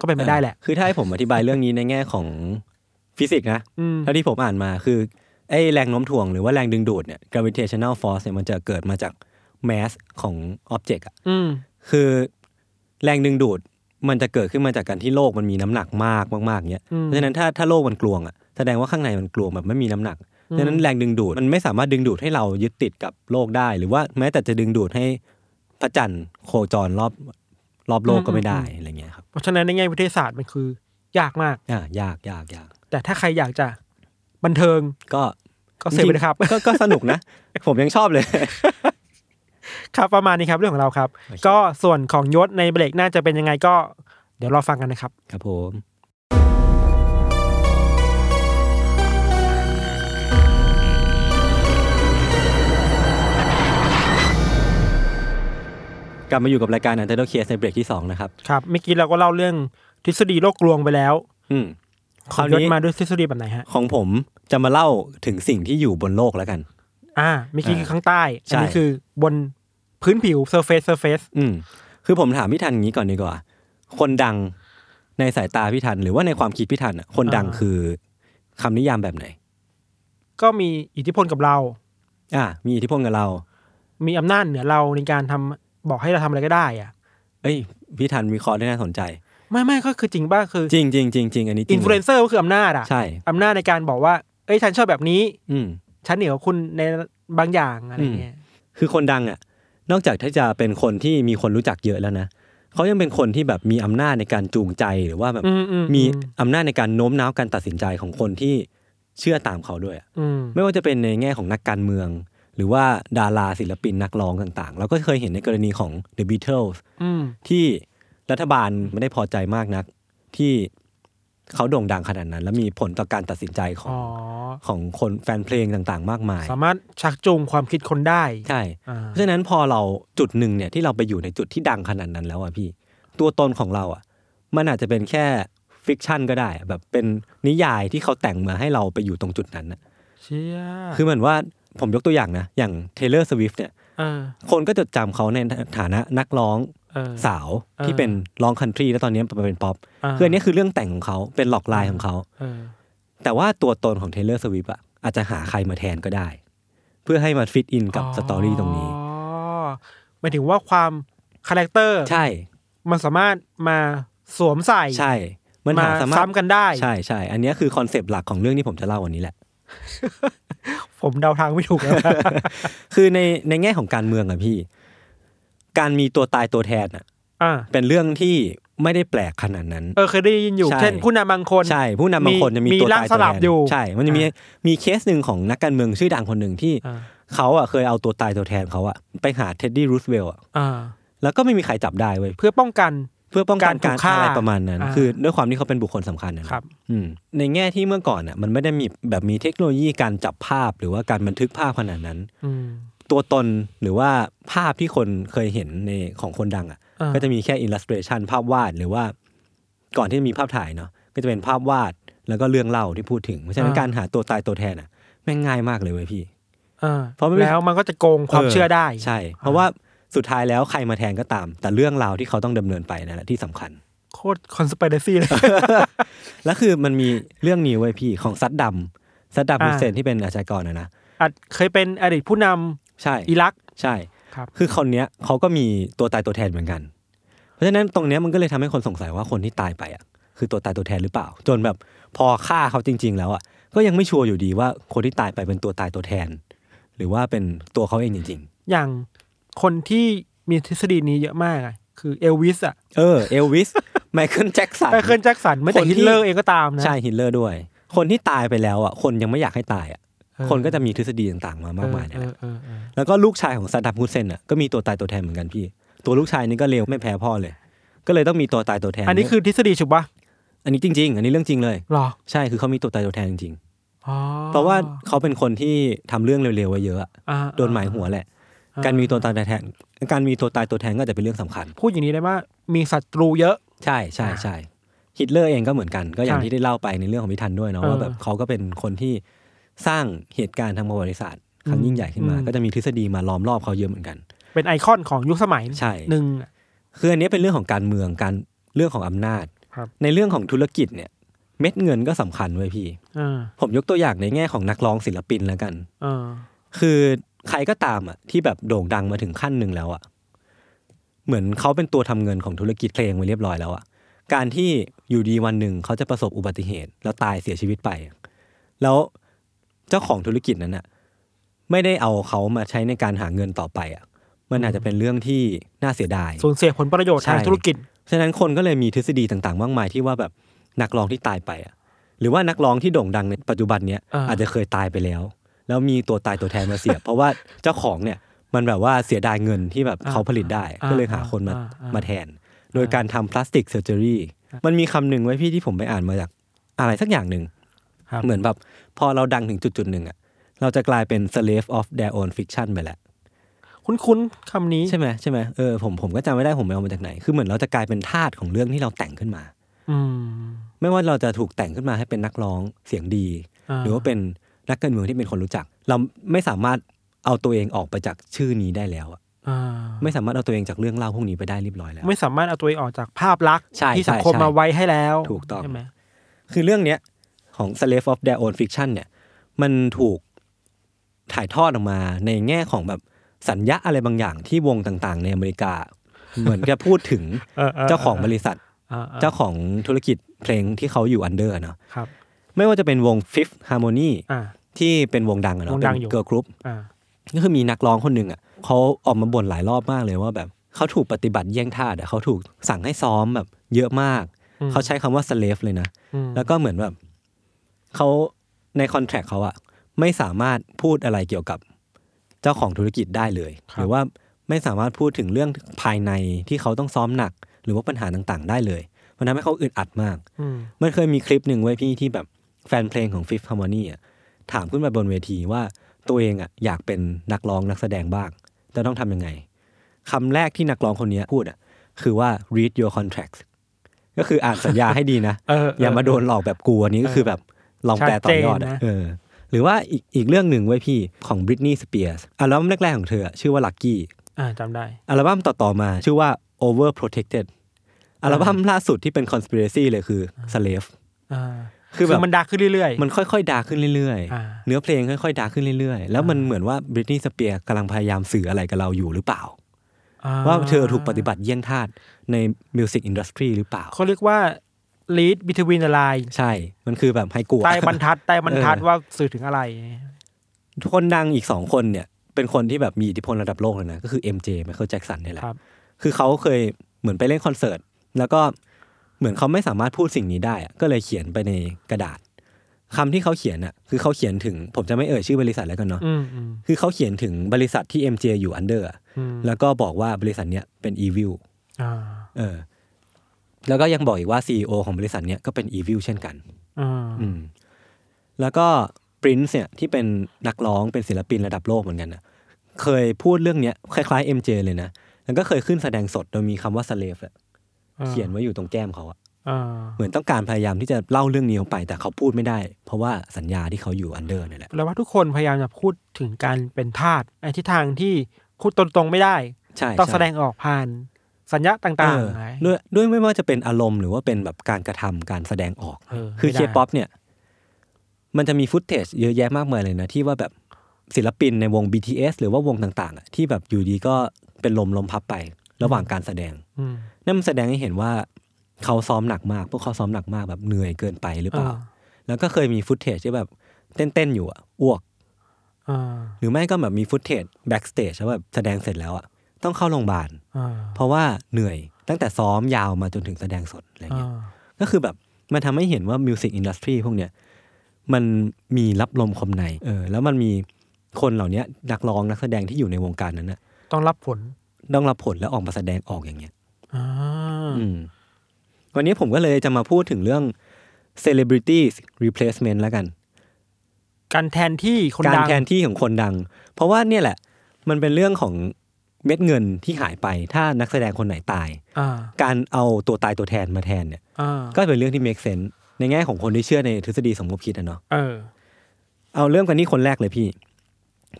ก็เป็นไปได้แหละ
คือถ้าให้ผมอธิบายเรื่องนี้ในแง่ของฟิสิกส์นะ
อืม
เท่าที่ผมอ่านมาคือไอ้แรงโน้มถ่วงหรือว่าแรงดึงดูดเนี่ย gravitational force เนี่ยมันจะเกิดมาจาก mass ของ object อะ
อืม
คือแรงดึงดูดมันจะเกิดขึ้นมาจากการที่โลกมันมีน้ำหนักมากมากๆเนี่ย
อืม
เพราะฉะนั้นถ้าถ้าโลกมันกลวงอะแสดงว่าข้างในมันกลวงแบบไม่มีน้ำหนัก
อืม
ดังนั้นแรงดึงดูดมันไม่สามารถดึงดูดให้เรายึดติดกับโลกได้ หรือว่าแม้แต่จะดึงดูดให้พระจันทร์โคจรรอบรอบโลกก็ไม่ได้อะไรเงี้ยครับ
เพราะฉะนั้นในแง่วิทยาศาสตร์มันคือยากมาก
อ่ายากยากยาก
แต่ถ้าใครอยากจะบันเทิง
ก็
ก็เสพไปเลยครับ
จงๆก็ก็สนุกนะ ผมยังชอบเลย
ครับประมาณนี้ครับเรื่องของเราครับ
โอเค
ก็ส่วนของยศในเบรกหน่าจะเป็นยังไงก็ เดี๋ยวรอฟังกันนะครับ
ครับผมกลับมาอยู่กับรายการ u n t i t l e d Case ในเบรกที่ 2 นะครับ
ครับเมื่อกี้เราก็เล่าเรื่องทฤษฎีโลกลวงไปแล้ว
อืม
ข
ค
อ
ราง วย นี้
ศมาด้วยทฤษฎีแบบไหนฮะ
ของผมจะมาเล่าถึงสิ่งที่อยู่บนโลกแล้วกัน
อ่าเมื่อกี้
อ่า
คือข้างใต้
ใช่
อันนี้คือบนพื้นผิวเซอร์เฟซเซอร์เฟซ
อืม คือผมถามพี่ทันอย่างนี้ก่อนดีกว่า คนดังในสายตาพี่ทัน หรือว่าในความคิดพี่ทันอะคนดังคือคำนิยามแบบไหน
ก็มีอิทธิพลกับเรา
อ่า มีอิทธิพลกับเรา
มีอำนาจเหนือเราในการทำบอกให้เราทำอะไรก็ได้อ่ะ
เอ้ยพี่ทันวิเคราะห์ได้น่าสนใจ
ไม่ไม่ก็คือจริงป่ะคือ
จริงจริงจริงจริงอันนี้จริ
อิ
ง
นฟลูเอนเซอร์ก็คืออำนาจอ่ะ
ใช่
อำนาจในการบอกว่า เอ้ยฉันชอบแบบนี้
อืม
ฉันเหนือกว่าคุณในบางอย่างอะไรเงี้ย
คือคนดังอ่ะ นอกจากที่จะเป็นคนที่มีคนรู้จักเยอะแล้วนะเขายังเป็นคนที่แบบมีอำนาจในการจูงใจหรือว่าแบบ
อืมอืม
มี
อืม
อำนาจในการโน้มน้าวการตัดสินใจของคนที่เชื่อตามเขาด้วยอะ
อืม
ไม่ว่าจะเป็นในแง่ของนักการเมือง หรือว่าดาราศิลปินนักร้องต่างๆ เราก็เคยเห็นในกรณีของ The Beatles
อืม
ที่รัฐบาลไม่ได้พอใจมากนัก ที่เขาโด่งดังขนาดนั้น แล้วมีผลต่อการตัดสินใจของ
อ๋อ
ของคนแฟนเพลงต่างๆ มากมาย
สามารถชักจูงความคิดคนได้
ใช่
อ่า
เพราะฉะนั้นพอเราจุดหนึ่งเนี่ยที่เราไปอยู่ในจุดที่ดังขนาดนั้นแล้วอ่ะพี่ ตัวตนของเราอ่ะ มันอาจจะเป็นแค่ฟิกชันก็ได้อะแบบเป็นนิยายที่เขาแต่งมาให้เราไปอยู่ตรงจุดนั้นน่ะ
เชี่ย
คือเหมือนว่าผมยกตัวอย่างนะ อย่างเทเลอร์สวิฟเนี่ย
เออ
คนก็จดจำเขาในฐานะนักร้อง
เออ
สาว
เออ
ที่เป็นร้องคันทรีแล้วตอนนี้มาเป็นป๊อป
า
คืออันนี้คือเรื่องแต่งของเขาเป็นหลอกลายของเขา
เออ
แต่ว่าตัวตนของเทเลอร์สวิฟอะอาจจะหาใครมาแทนก็ได้ เพื่อให้มันฟิตอินกับสตอรี่ตรงนี้
อ๋อหมายถึงว่าความคาแรคเตอร์
ใช่
มันสามารถมาสวมใส่
ใช่ มัน
มา
หาสามารถ
ซ้ำกันได้
ใช่ใช่อันเนี้ยคือคอนเซปต์หลักของเรื่องที่ผมจะเล่าวันนี้แหละ
ผมเดาทางไม่ถูกแล้ว
คือในในแง่ของการเมืองอะพี่ การมีตัวตายตัวแทนอะ
อ่า
เป็นเรื่องที่ไม่ได้แปลกขนาดนั้น
เออเคยได้ยินอยู่
ใช่
เช่นผู้นำบางคน
ใช่ผู้นำบางคนจะมีตัว
ร่า
ตาง ย
ส
ตัว
ลับ
แทน
อยู่
ใช่ มันจะมี
อ่า
มีเคสหนึ่งของนักการเมืองชื่อดังคนหนึ่งที่
อ่า
เขาอะเคยเอาตัวตายตัวแทนเขาอะไปหาเท็ดดี้รูสเวลต์อะ
อ่า
แล้วก็ไม่มีใครจับได้เว้ย
เพื่อป้องกัน
เพื่อป้องกันการ ร
กาถูกฆ่า
ฆ่าอะไรประมาณนั้น
อ่า
คือด้วยความที่เขาเป็นบุคคลสำคัญนะครับ อืมในแง่ที่เมื่อก่อนอ่ะมันไม่ได้มีแบบมีเทคโนโลยีการจับภาพหรือว่าการบันทึกภาพขนาดนั้น
อืม
ตัวตนหรือว่าภาพที่คนเคยเห็นในของคนดังอ่ะ
อ่า
ก็จะมีแค่อิลลัสเ a รชันภาพวาดหรือว่า ก่อนที่จะมีภาพถ่ายเนาะก็จะเป็นภาพวาดแล้วก็เรื่องเล่าที่พูดถึงเพราะฉะนั้นการหาตัวตายตัวแทนอ่ะแม่งง่ายมากเลยเว้ยพี่
อ่า
เพราะไม่
แล้วมันก็จะโกงความเชื่อได้
ใช่ เพราะว่าสุดท้ายแล้วใครมาแทนก็ตาม แต่เรื่องราวที่เขาต้องดำเนินไปนั่นแหละที่สำคัญ
โคตรคอนซ p เปเรซี่เลย
แล้วคือมันมีเรื่องนี้ไว้ยพี่ของซัดดำซัดดำ
อ่า
ฮุสเซนที่เป็นอาชญากรนะนะ
อาจเคยเป็นอดีตผู้นำ
ใช่
อิรัก
ใช่
ครับ
คือคนเนี้ยเขาก็มีตัวตายตัวแทนเหมือนกัน เพราะฉะนั้นตรงเนี้ยมันก็เลยทำให้คนสงสัยว่าคนที่ตายไปอ่ะคือตัวตายตัวแทนหรือเปล่า จนแบบพอฆ่าเขาจริง ๆ แล้วอ่ะก็ยังไม่ชัวร์อยู่ดีว่าคนที่ตายไปเป็นตัวตายตัวแทน หรือว่าเป็นตัวเขาเองจริง
อย่างคนที่มีทฤษฎีนี้เยอะมากอะคือเอลวิสอะ
ๆ เออเอล วิสไมเคิลแจ็คสัน
ไมเคิลแจ็คสันไม่แต่
คนที่
ฮิตเลอร์เองก็ตามนะ
ใช่ฮิตเลอร์ด้วย คนที่ตายไปแล้วอ่ะคนยังไม่อยากให้ตายอ่ะ
เออ
คนก็จะมีทฤษฎีต่างๆมามากมายเนี่ยแหละ
เออเออเออ
แล้วก็ลูกชายของซัดดัมฮุสเซนอ่ะก็มีตัวตายตัวแทนเหมือนกันพี่ ตัวลูกชายนี่ก็เลวไม่แพ้พ่อเลย ก็เลยต้องมีตัวตายตัวแทน
อันนี้คือทฤษฎีถูกปะ
อันนี้จริง ๆ อันนี้เรื่องจริงเลย
หรอ
ใช่คือเขามีตัวตายตัวแทนจริง
อ๋อ
ๆเพราะว่าเขาเป็นคนที่ทำเรื่องเร็วๆไว้เยอะอะ
อ่า
โดนหมายหัวแหละ
อ่
การมีตัวตายตัวแทน การมีตัวตายตัวแทนก็อาจจะเป็นเรื่องสำคัญ
พูดอย่างนี้ได้ว่ามีศัตรูเยอะ
ใช่ใช่ใช่ฮิตเลอร์เองก็เหมือนกันก็อย่าง
ใช่
ที่ได้เล่าไปในเรื่องของพิธันด้วยเนาะ
เออ
ว่าแบบเขาก็เป็นคนที่สร้างเหตุการณ์ทางประวัติศาสตร์ครั้งยิ่งใหญ่ขึ้นมา
อืม
ก็จะมีทฤษฎีมาล้อมรอบเขาเยอะเหมือนกัน
เป็นไอคอนของยุคสมัย
ใช่
หนึ่งอะ
คืออันนี้เป็นเรื่องของการเมืองการเรื่องของอำนาจ
ครับ
ในเรื่องของธุรกิจเนี่ย เม็ดเงินก็สำคัญเว้ยพี่
อ่า
ผมยกตัวอย่างในแง่ของนักร้องศิลปินแล้วกัน
อ่า
คือใครก็ตามอ่ะที่แบบโด่งดังมาถึงขั้นหนึ่งแล้วอ่ะเหมือนเขาเป็นตัวทำเงินของธุรกิจเพลงไว้เรียบร้อยแล้วอ่ะการที่อยู่ดีวันหนึ่งเขาจะประสบอุบัติเหตุ แล้วตายเสียชีวิตไป แล้วเจ้าของธุรกิจนั้นอ่ะไม่ได้เอาเขามาใช้ในการหาเงินต่อไปอ่ะมันอาจจะเป็นเรื่องที่น่าเสียดาย
สูญเสียผลประโยชน์ทาง
ใช่
ธุรกิจ
ฉะนั้นคนก็เลยมีทฤษฎีต่างๆ มากมายที่ว่าแบบนักร้องที่ตายไปอ่ะ หรือว่านักร้องที่โด่งดังในปัจจุบันเนี้ย
อ่า
อาจจะเคยตายไปแล้ว แล้วมีตัวตายตัวแทนมาเสียบ เพราะว่าเจ้าของเนี่ยมันแบบว่าเสียดายเงินที่แบบเขาผลิตได้ ก็เลยหาคนมามาแทน โดยการทำพลาสติกเซอร์เจอรี่มันมีคำหนึ่งไว้พี่ที่ผมไปอ่านมาจากอะไรสักอย่างหนึ่ง
ครับ
เหมือนแบบพอเราดังถึงจุดๆหนึ่งอ่ะเราจะกลายเป็น slave of their own fiction ไปแล้ว
คุ้นๆคำนี้
ใช่ไหมใช่ไหมเออผมผมก็จำไม่ได้ผมไปเอามาจากไหน คือเหมือนเราจะกลายเป็นทาสของเรื่องที่เราแต่งขึ้นมา
อืม
ไม่ว่าเราจะถูกแต่งขึ้นมาให้เป็นนักร้องเสียงดี หรือว่าเป็นนักการเมืองที่เป็นคนรู้จัก เราไม่สามารถเอาตัวเองออกไปจากชื่อนี้ได้แล้วอะ
อ่า
ไม่สามารถเอาตัวเองจากเรื่องเล่าพวกนี้ไปได้เรียบร้อยแล้ว
ไม่สามารถเอาตัวเองออกจากภาพลักษณ์
ใช่
ที่สังคม
ใช่
มาไว้ให้แล้ว
ถูกต้อง
ใช่ไหม
คือเรื่องเนี้ยของ slave of their own fiction เนี่ยมันถูกถ่ายทอดออกมาในแง่ของแบบสัญญาอะไรบางอย่างที่วงต่างๆ ในอเมริกา เหมือนจะพูดถึงเจ้าของบริษัท
อ่ๆ
เจ้าของธุรกิจเพลงที่เขาอยู่อันเดอร์เนาะ
ครับ
ไม่ว่าจะเป็นวง Fifth Harmony
อ่า
ที่เป็นวงดังอะเนาะ
วงดั
เป็
ง
น
อยู่
เกิร์ลกรุ๊ป
อ่า
ก็คือมีนักร้องคนหนึ่งอ่ะเขาออกมาบ่นหลายรอบมากเลยว่าแบบเขาถูกปฏิบัติแย่งทาสอะเขาถูกสั่งให้ซ้อมแบบเยอะมาก เขาใช้คำว่า slave เลยนะ
อืม
แล้วก็เหมือนแบบเขาในคอนแท t เขาอะไม่สามารถพูดอะไรเกี่ยวกับเจ้าของธุรกิจได้เลย หรือว่าไม่สามารถพูดถึงเรื่องภายในที่เขาต้องซ้อมหนัก หรือว่าปัญหาต่างๆ ได้เลยมันทำให้เขาอึดอัดมาก
อืม
มันเคยมีคลิปหนึ่งไว้ยพี่ที่แบบแฟนเพลงของ Fifth Harmony อ่ะถามขึ้นมาบนเวทีว่าตัวเองอ่ะอยากเป็นนักร้องนักแสดงบ้าง แต่ต้องทำยังไงคำแรกที่นักร้องคนเนี้ยพูดอ่ะคือว่า read your contract ก็คืออ่านสัญญาให้ดี นะ
เออ
อ
อ
ย่ามาโดนหลอกแบบกูอันนี้ก็คือแบบลองแปลต่อยอด
ชัดเจ
อ่ะ
นนะ
เออหรือว่าอีกอีกเรื่องหนึ่งไว้ยพี่ของ Britney Spears อัลบั้มแรกๆของเธออะชื่อว่า Lucky
อ่าจำได้
อัลบั้มต่อๆมาชื่อว่า Overprotected อัลบั้มล่าสุดที่เป็น conspiracy เลยคือ Slave
อ่า
คื
คือ อ
แบบ
มันดักขึ้นเรื่อยๆ
มันค่อยๆดาร์กขึ้นเรื่อย
อ่า
ๆ เนื้อเพลงค่อยๆดาร์กขึ้นเรื่อยๆ แล้วมันเหมือนว่าบริตนีย์สเปียร์กำลังพยายามสื่ออะไรกับเราอยู่หรือเปล่า
อ่
ว่าเธอถูกปฏิบัติเยี่ยงทาสในมิวสิกอินดัสทรีหรือเปล่า
เขาเรียกว่า lead between the line
ใช่ มันคือแบบไฮกัว
ใต้บร รทัดใต้บรรทัด
เออ
ว่าสื่อถึงอะไร
คนดังอีกสองคนเนี่ย เป็นคนที่แบบมีอิทธิพลระดับโลกเลยนะ ก็คือ MJ ไมเคิลแจ็กสันเนี่ยแหละ
ครับ
คือเขาเคยเหมือนไปเล่นคอนเสิร์ต แล้วก็เหมือนเขาไม่สามารถพูดสิ่งนี้ได้อะก็เลยเขียนไปในกระดาษคำที่เขาเขียนอ่ะคือเขาเขียนถึงผมจะไม่เอ่ยชื่อบริษัทแล้วกันเนาะ
อืมอืม
คือเขาเขียนถึงบริษัทที่ MJ อยู่อันเดอร์
อืม
แล้วก็บอกว่าบริษัทเนี้ยเป็นอีวิล
อ่า
เออ แล้วก็ยังบอกอีกว่า CEO ของบริษัทเนี้ยก็เป็นอีวิลเช่นกัน
อ่า
อืม แล้วก็ปรินซ์เนี่ยที่เป็นนักร้องเป็นศิลปินระดับโลกเหมือนกันนะเคยพูดเรื่องเนี้ยคล้ายๆ MJ เลยนะ แล้วก็เคยขึ้นแสดงสดโดยมีคำว่า slave อะเขียนไว้อยู่ตรงแก้มเขาอะ
อ่า
เหมือนต้องการพยายามที่จะเล่าเรื่องนี้ออกไป แต่เขาพูดไม่ได้ เพราะว่าสัญญาที่เขาอยู่อันเดอร์นี่ยแหละ
แปลว่าทุกคนพยายามจะพูดถึงการเป็นทาสไอ้ทิศทางที่พูดตรงๆไม่ได้
ใช่
ต้อง
ใช่
แสดงออกผ่านสัญญาต่าง
เออ
ๆไง
ด้วยด้วยไม่ว่าจะเป็นอารมณ์หรือว่าเป็นแบบการกระทำการแสดงออก คือเค
ไม่ได้
ป๊อปเนี่ย มันจะมีฟุตเทจเยอะแยะมากมายเลยนะ ที่ว่าแบบศิลปินในวง BTS หรือว่าวงต่างๆอะที่แบบอยู่ดีก็เป็นลมลมพับไประหว่างการแสดง
อืม
นั่นมันแสดงให้เห็นว่าเขาซ้อมหนักมาก พวกเขาซ้อมหนักมากแบบเหนื่อยเกินไปหรือเปล่า
อ่า
แล้วก็เคยมีฟุตเทจที่แบบเต้น ๆ อยู่อะอ้วก
อ่า
หรือไม่ก็แบบมีฟุตเทจแบ็กสเตจแล้วแบบแสดงเสร็จแล้วอะต้องเข้าโรงพยาบาล
อ่า
เพราะว่าเหนื่อยตั้งแต่ซ้อมยาวมาจนถึงแสดงสดอะไรเงี้ย
อ่า
ก็คือแบบมันทำให้เห็นว่ามิวสิกอินดัสทรีพวกเนี้ยมันมีรับลมคมในเออแล้วมันมีคนเหล่าเนี้ยนักร้องนักแสดงที่อยู่ในวงการนั้นนะ
ต้องรับผล
ต้องรับผลแล้วออกมาแสดงออกอย่างเงี้ย
อ่า
อืมวันนี้ผมก็เลยจะมาพูดถึงเรื่อง celebrity replacement แล้วกัน
การแทนที่คน
การ
ดัง
แทนที่ของคนดัง เพราะว่าเนี่ยแหละ มันเป็นเรื่องของเม็ดเงินที่หายไป ถ้านักแสดงคนไหนตาย
อ่า
การเอาตัวตายตัวแทนมาแทนเนี่ย
อ่า
ก็เป็นเรื่องที่ make sense ในแง่ของคนที่เชื่อในทฤษฎีสมคบคิดอะเนาะ
เออ
เอาเริ่มกันที่คนแรกเลยพี่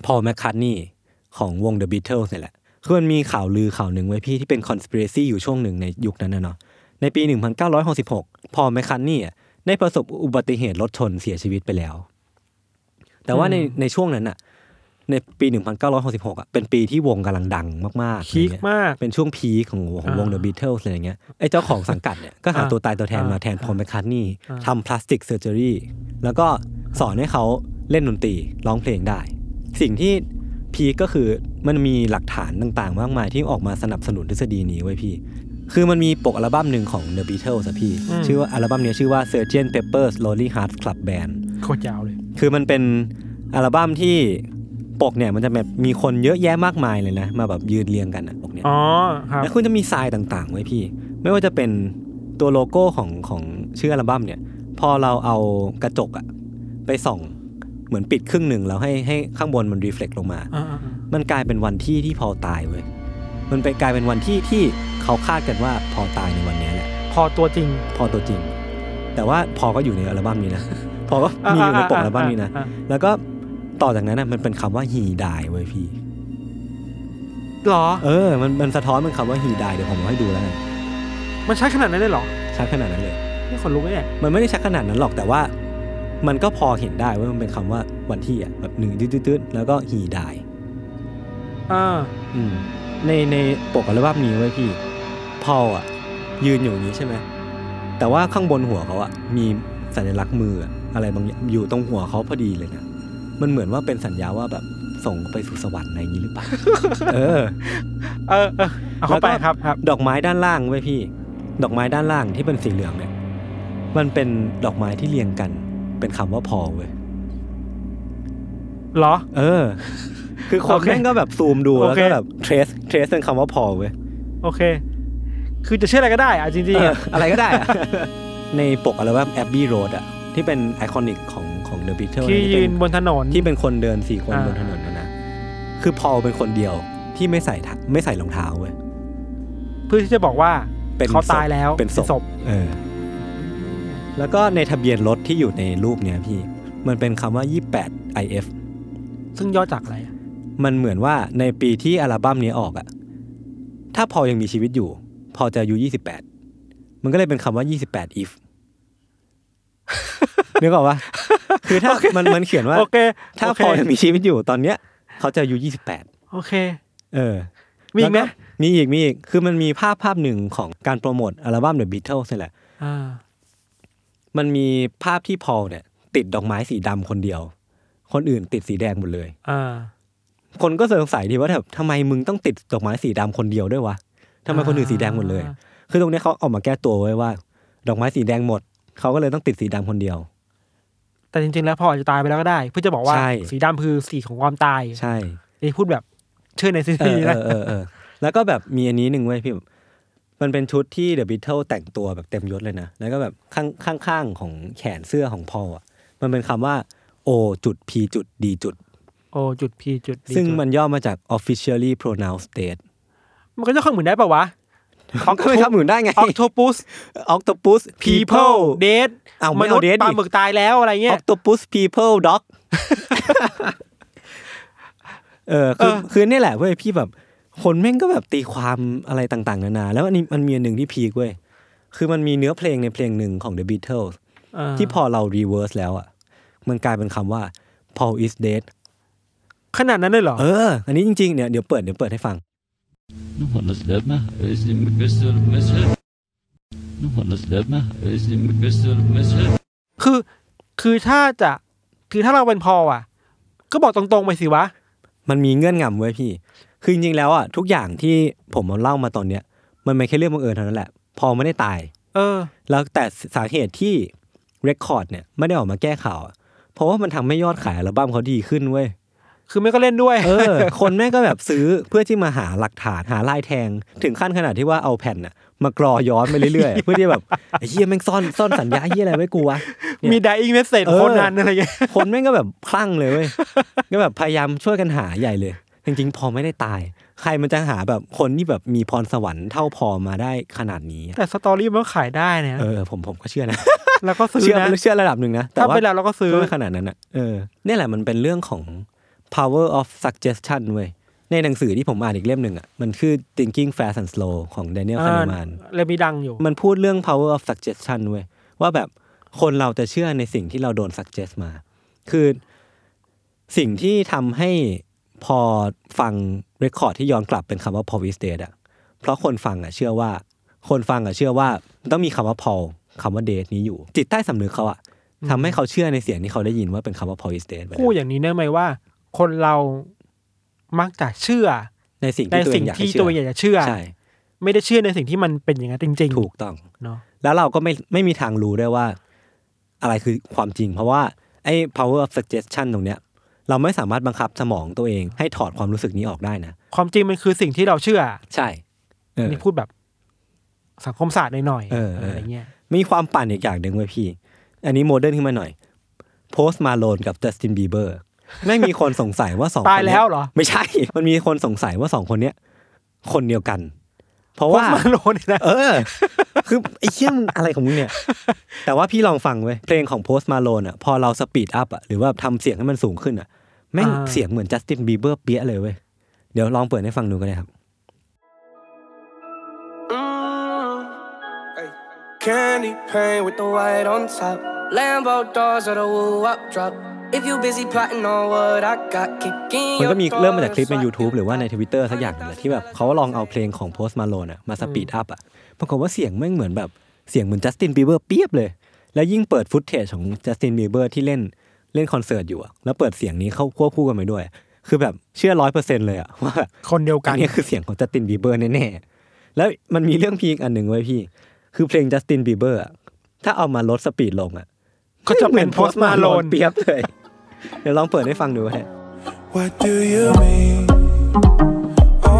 พอแมคคัตนี่ของวง The Beatles เนี่ยแหละ คือมันมีข่าวลือข่าวหนึ่งไว้พี่ที่เป็น conspiracy อยู่ช่วงหนึ่งในยุคนั้นนะเนาะ ในปี 1966 พอแมคคัตนี่ได้ประสบอุบัติเหตุรถชนเสียชีวิตไปแล้ว แต่ว่าใน
อืม
ในช่วงนั้นอะในปี 1966อะเป็นปีที่วงกำลังดังมากๆอะไร
พีค
เงี้ย
มาก
เป็นช่วงพีคของของวง The Beatles อะไรเงี้ย ไอ้เจ้าของสังกัดเนี่ยก็หาตัวตายตัวแทนมาแทนพอแมคคัตนี่
อ่า
ทำพลาสติกเซอร์เจอรี่แล้วก็สอนให้เขาเล่นดนตรีร้องเพลงได้ สิ่งที่พีคก็คือมันมีหลักฐานต่างๆ มากมายที่ออกมาสนับสนุนทฤษฎีนี้ไว้ยพี่ คือมันมีปกอัลบั้มหนึ่งของ The Beatles อะพี่
อืม
ชื่อว่าอัลบั้มเนี้ยชื่อว่า Sgt. Pepper's Lonely Hearts Club Band
โคตรยาวเลย
คือมันเป็นอัลบั้มที่ปกเนี่ยมันจะแบบมีคนเยอะแยะมากมายเลยนะมาแบบยืนเรียงกันอะปกเนี่ย
อ๋อครับ
แล้วคุณจะมีทรายต่างๆ ไว้พี่ ไม่ว่าจะเป็นตัวโลโก้ของของชื่ออัลบั้มเนี่ย พอเราเอากระจกอะไปส่องเหมือนปิดครึ่งหนึ่งแล้วให้ให้ข้างบนมันรีเฟล็กลงมา
อ่าอ่าอ่า
มันกลายเป็นวันที่ที่พอตายเว้ย มันไปกลายเป็นวันที่ที่เขาคาดกันว่าพอตายในวันเนี้ยแหละ
พอตัวจริง
พอตัวจริง แต่ว่าพอก็อยู่ในอัลบั้มนี้นะ พอก็มีอยู่ในปกอัลบั้มนี้นะ
อ่าอ่า
แล้วก็ต่อจากนั้นนะมันเป็นคำว่า he die เว้ยพี่
หรอ
เออ มันมันสะท้อนเป็นคำว่า he die เดี๋ยวผมเอาให้ดูแล้วกัน
มันใช้ขนาดนั้นเลยเหรอ
ชัดขนาดนั้นเลย
นี่ขนลุกไหมเนี่ย
มันไม่ได้ชักขนาดนั้นหรอกแต่ว่า มันก็พอเห็นได้ว่ามันเป็นคำว่าวันที่อ่ะแบบหนึ่งตืดๆๆแล้วก็ฮีดาย
อ่า
อืมในในปกอัลบั้มนี้ไว้ยพี่พอลอ่ะ ยืนอยู่อย่างนี้ใช่ไหมแต่ว่าข้างบนหัวเขาอ่ะมีสัญลักษณ์มืออะอะไรบางอย่างอยู่ตรงหัวเขาพอดีเลยนะมันเหมือนว่าเป็นสัญญาว่าแบบส่งไปสู่สวรรค์อะไรอย่างนี้หรือเปล่า เออ
เออเออเอาเข้าไป
แล้วก็
ครับครับ
ดอกไม้ด้านล่างไว้ยพี่ ดอกไม้ด้านล่างที่เป็นสีเหลืองเนี่ย มันเป็นดอกไม้ที่เรียงกัน เป็นคำว่าพอลเว้ย
เหรอ
เออ คือคน
โอเค
แม่งก็แบบซูมดู
โอ
แล้ว
เค
ก็แบบเทรสเทรสเป็นคำว่าพอเว้ย
โอเค คือจะเชื่ออะไรก็ได้อะจริง
เอ
ๆ
อ
อะ
อะไรก็ได้อะ ในปกอัลบั้ม Abbey Road อะที่เป็นไอคอนิกของของ The Beatles
ที่ยืนบนถนน
ที่เป็นคนเดินสี่คน
อ่า
บนถนนนะนะ คือพอเป็นคนเดียวที่ไม่ใส่ถักไม่ใส่รองเท้าเว้ย
เพื่อที่จะบอกว่า
เป็น
เขาตายแล้ว
เป็นศพ เออ แล้วก็ในทะเบียนรถที่อยู่ในรูปเนี้ยพี่ มันเป็นคำว่า 28 IF
ซึ่งย่อจากอะไรอะ
มันเหมือนว่าในปีที่อัลบั้มนี้ออกอะถ้าพอยังมีชีวิตอยู่ พอ จะอายุยี่สิบแปดมันก็เลยเป็นคำว่ายี่สิบแปด if นึกออกปะคือถ้ามันมันเขียนว่า
โอเค
ถ้า
โอเค
พอยังมีชีวิตอยู่ตอนเนี้ยเขาจะอายุยี่สิบแปด
โอเค
เออ
มีอีกไหม
แล้วมีอีกมีอีกคือมันมีภาพภาพหนึ่งของการโปรโมทอัลบั้ม The Beatles นี่แหละ
อ่า
มันมีภาพที่พอลเนี่ย ติดดอกไม้สีดำคนเดียว คนอื่นติดสีแดงหมดเลย
อ่า
คนก็สงสัยดีว่าแบบทำไมมึงต้องติดดอกไม้สีดำคนเดียวด้วยวะทำไมคนอื่นสีแดงหมดเลย
อ่า
คือตรงเนี้ยเขาออกมาแก้ตัวไว้ว่า ดอกไม้สีแดงหมด เขาก็เลยต้องติดสีดำคนเดียว
แต่จริง ๆ แล้วพออาจจะตายไปแล้วก็ได้ เพื่อจะบอกว่า
ใช่
สีดำคือสีของความตาย
ใช่
นี่พูดแบบเชื่อในซี
เอ
รี
อ
ส์
เออ
นะ
เออเออแล้วก็แบบมีอันนี้หนึ่งไว้ยพี่มันเป็นชุดที่เดอะบิทเทิลแต่งตัวแบบเต็มยศเลยนะ แล้วก็แบบข้างข้างข้างของแขนเสื้อของพอลอ่ะมันเป็นคำว่า O จุด P จุด D จุด
โอจุดพีจุด D
ซึ่ง
จุด
มันย่อมาจาก officially pronounced state
มันก็จะเข้าเหมือนได้ปะวะ
ก็ไม่ทำหมื่นได้ไง
octopus
octopus
people dead
อ้าวไม่
ม
เอา
นุษย์
dead ดิ
ปลาหมึกตายแล้วอะไรเงี้ย
octopus people dog เออคือ
เออ
คือนี่แหละเว้ยพี่แบบ คนแม่งก็แบบตีความอะไรต่างๆ นานา แล้วอันนี้มันมีอันหนึ่งที่พีกเว้ย คือมันมีเนื้อเพลงในเพลงหนึ่งของ The Beatles
เออ
ที่พอเรา reverse แล้วอ่ะ มันกลายเป็นคำว่า Paul is dead
ขนาดนั้นเลยเหรอ
เออ อันนี้จริงๆเนี่ยเดี๋ยวเปิดเดี๋ยวเปิดให้ฟัง
No one has left me, is in my crystal message. No one has left me, is in my crystal message.
คือคือถ้าจะคือถ้าเราเป็นพออ่ะ ก็บอกตรงๆไปสิวะ
มันมีเงื่อนงำเว้ยพี่ คือจริงๆแล้วอ่ะทุกอย่างที่ผมเอาเล่ามาตอนเนี้ย มันไม่แค่เรื่องบังเอิญเท่านั้นแหละ พอไม่ได้ตาย
เออ
แล้วแต่สาเหตุที่เรคคอร์ดเนี่ยไม่ได้ออกมาแก้ข่าวอะเพราะว่ามันทำให้ยอดขายอัลบั้มเขาดีขึ้นเว้ย
คือไม่ก็เล่นด้วย
เออ คนแม่งก็แบบซื้อเพื่อที่มาหาหลักฐานหาลายแทง ถึงขั้นขนาดที่ว่าเอาแผ่นน่ะมากรอย้อนไปเรื่ อยๆ เพื่อที่แบบไอ้เหี้ยแม่งซ่อนซ่อนสัญญาเหี้ยอะไรไว้กูวะ เนี่ย
มี dying message
เออ
คนนั้นอะไรเงี้ย
คนแม่งก็แบบคลั่งเลยเว้ย ก็แบบพยายามช่วยกันหาใหญ่เลย จริงๆ พอไม่ได้ตาย ใครมันจะหาแบบคนที่แบบมีพรสวรรค์เท่าพอมาได้ขนาดนี้อะ
แต่สตอรี่มันก็ขายได้นะ
เออผมผมก็เชื่อนะ
แล้วก็ซื้อ
เชื่อ
นะ
เชื่อระดับหนึ่งนะ แต่
ถ้า
ว่า
เป็นเราเราก็ซื้อ
ก็ไม่ขนาดนั้นอ่ะเออเนี่ยแหละมันเป็นเรื่องของ power of suggestion เว้ย ในหนังสือที่ผมอ่านอีกเล่มหนึ่งอ่ะ มันคือ thinking fast and slow ของ Daniel
เอ
Kahneman
อเลยมีดังอยู่
มันพูดเรื่อง power of suggestion เว้ยว่าแบบคนเราจะเชื่อในสิ่งที่เราโดน suggest มา คือสิ่งที่ทำให้พอฟัง record ที่ย้อนกลับเป็นคำว่า Paul is dead อะเพราะคนฟังอะเชื่อว่า คนฟังอะเชื่อว่าต้องมีคำว่า Paul คำว่า dead นี้อยู่ จิตใต้สำนึกเขาอะทำให้เขาเชื่อในเสียงที่เขาได้ยินว่าเป็นคำว่า Paul is dead ไปแล้ว
พูดอย่างนี้ได้ไหมว่า คนเรามักจะเชื่อ
ในสิ่ง
ใน
ที่ตัวเอ
สิ่ง
งอยากให้
ที่
เชื่
ตัวเองอยากจะเชื่อ
ใช่
ไม่ได้เชื่อในสิ่งที่มันเป็นอย่างนั้นจริงๆ
ถูกต้อง
เนาะ
แล้วเราก็ไม่ไม่มีทางรู้ได้ว่า อะไรคือความจริง เพราะว่าไอ้ power of suggestion ตรงเนี้ย เราไม่สามารถบังคับสมองตัวเองให้ถอดความรู้สึกนี้ออกได้นะ
ความจริงมันคือสิ่งที่เราเชื่อ
ใช่เออ
นี่พูดแบบสังคมศาสตร์หน่อยๆ
เออเอออ
อะไรเงี้ย
มีความปั่นอีกอย่างหนึ่งเว้ยพี่ อันนี้โมเดิร์นขึ้นมาหน่อย โพสต์มาโลนกับจัสตินบีเบอร์ไม่งมีคนสงสัยว่าสองคน
ตาย
เนี้
แล้วเหรอ
ไม่ใช่ มันมีคนสงสัยว่าสองคนเนี้ยคนเดียวกัน เพราะ
โพ
ว่า
สต์มาโลนเนี่ยนะ
เออ คือไอ้เชี่ยมงอะไรของมึงเนี่ย แต่ว่าพี่ลองฟังเว้ย เพลงของโพสต์มาโลนอ่ะ พอเราสปีดอัพอ่ะ หรือว่าทำเสียงให้มันสูงขึ้นอ่ะ แม่งเสียงเหมือนจัสตินบีเบอร์เปี้ยเลยเว้ย เดี๋ยวลองเปิดให้ฟังดูก็ได้ครับ
Candy paint with the white on top. Lambo doors or the woo up drop. If you busy plotting on what I got, kicking
มันก็มี
your
เริ่มมาจากคลิปใน
doors up.
YouTube หรือว่าในทวิตเตอร์สักอย่างหนึงแหละที่แบบเขาลองเอาเพลงของโพสต์มาโลนอ่ะ มาสปีดอัพอ่ะ ปรากฏว่าเสียงแม่งเหมือนแบบเสียงเหมือนจัสตินบีเบอร์เปียบเลย แล้วยิ่งเปิดฟุตเทจของจัสตินบีเบอร์ที่เล่นเล่นคอนเสิร์ตอยู่อะแล้วเปิดเสียงนี้เข้าควบคู่กันไปด้วย คือแบบเชื่อร้อยเปอร์เซ็นต์เลยอะว่าแบบ
คนเดียวกั
อั
น
นนี้คือเสียงของจัสตินบีเบอร์แน่ๆ แล้วมันมีเรื่องพีคอันหนึ่งไว้ยพี่ คือเพลงจัสตินบีเบอร์ถ้าเอามาลดสปีดลงอ่ะ
ก็จะเป็น Post Malone
เปรียบเลย เดี๋ยวลองเปิดให้ฟังดูฮะ
What do you mean? Oh, oh,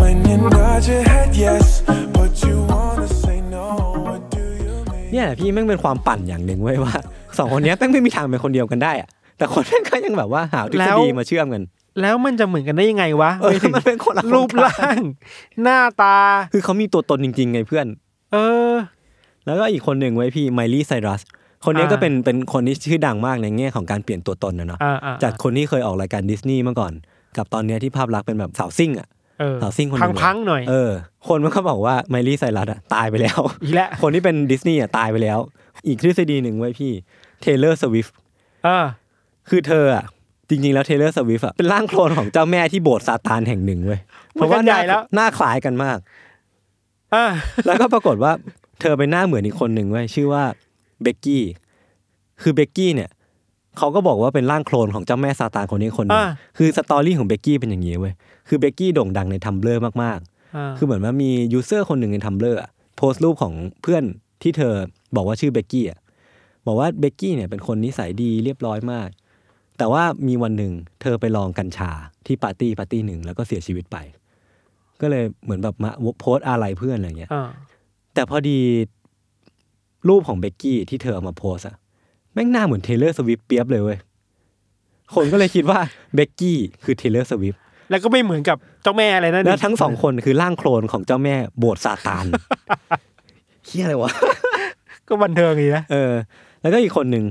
when you nod your head yes, but you wanna say no. What do you mean?
เนี่ยพี่แม่งเป็นความปั่นอย่างหนึ่งไว้ยว่า สองคนเนี้ยแม่งไม่มีทางเป็นคนเดียวกันได้อะแต่คนแม่งก็ยังแบบว่าหาทฤ
แล้
ษ
ว
ฎีมาเชื่อมกัน
แล้วมันจะเหมือนกันได้ยังไงวะ
เออ
หายถึง
มันเป็นคนละคน
รูปร่าง หน้าตา
คือเขามีตัวตนจริงๆไงเพื่อน
เออ
แล้วก็อีกคนหนึ่งไว้ยพี่ไมลี่ไซรัส คนเนี้ย
อ่า
ก็เป็นเป็นคนที่ชื่อดังมากในแง่ของการเปลี่ยนตัวตนนะเนาะ
อ่าอ่
จากคนที่เคยออกรายการดิสนีย์มาก่อน กับตอนเนี้ยที่ภาพลักษณ์เป็นแบบสาวซิ่งอ่ะ
เออ
housing คนหนึ่
พัง
งเลย
พังๆหน่อย
เออ คนมันก็บอกว่าไมลี่ไซรัสอะตายไป แล้ว
อีกแล้ว
คนที่เป็นดิสนีย์อะตายไปแล้ว อีกทฤษฎีหนึ่งไว้ยพี่เทเลอร์สวิฟ
เออ
คือเธออะจริง ๆ แล้วเทเลอร์สวิฟอะเป็นร่างโคลนของเจ้าแม่ที่โบสถ์ซาตานแห่งหนึ่งเว้ย
มันกันใหญ่แล้ว
หน้าคล้ายกันมาก
เออ
แล้วก็ปรากฏว่าเธอไปหน้าเหมือนอีกคนหนึ่งเว้ยชื่อว่าเบกกี้คือเบกกี้เนี่ยเขาก็บอกว่าเป็นร่างโคลนของเจ้าแม่ซาตานคนนี้คนหนึง
อ่ะ
คือสตอรี่ของเบกกี้เป็นอย่างนี้เว้ยคือเบกกี้โด่งดังในทัมเบลอร์มาก
อ่า
ๆ คือเหมือนว่ามียูเซอร์คนหนึ่งในทัมเบลอร์โพสต์รูปของเพื่อนที่เธอบอกว่าชื่อเบกกี้อ่ะบอกว่าเบกกี้เนี่ยเป็นคนนิสัยดีเรียบร้อยมาก แต่ว่ามีวันหนึ่งเธอไปลองกัญชาที่ปาร์ตี้ปาร์ตี้หนึ่งแล้วก็เสียชีวิตไป ก็เลยเหมือนแบบมาโพสต์อะไรเพื่อนอะไรอย่างเงี้ย
อ่า
แต่พอดีรูปของเบกกี้ที่เธอเอามาโพสอะแม่งหน้าเหมือนเทเลอร์สวิฟเปียบเลยเว้ย คนก็เลยคิดว่าเบกกี้คือเทเลอร์สวิฟ
แล้วก็ไม่เหมือนกับเจ้าแม่อะไรนั่น
แล้วทั้งสองคนคือร่างโคลนของเจ้าแม่โบสถ์ซาตานเฮียอะไรวะ
ก็บันเทิงอีกนะ
เออ แล้วก็อีกคนหนึ่ง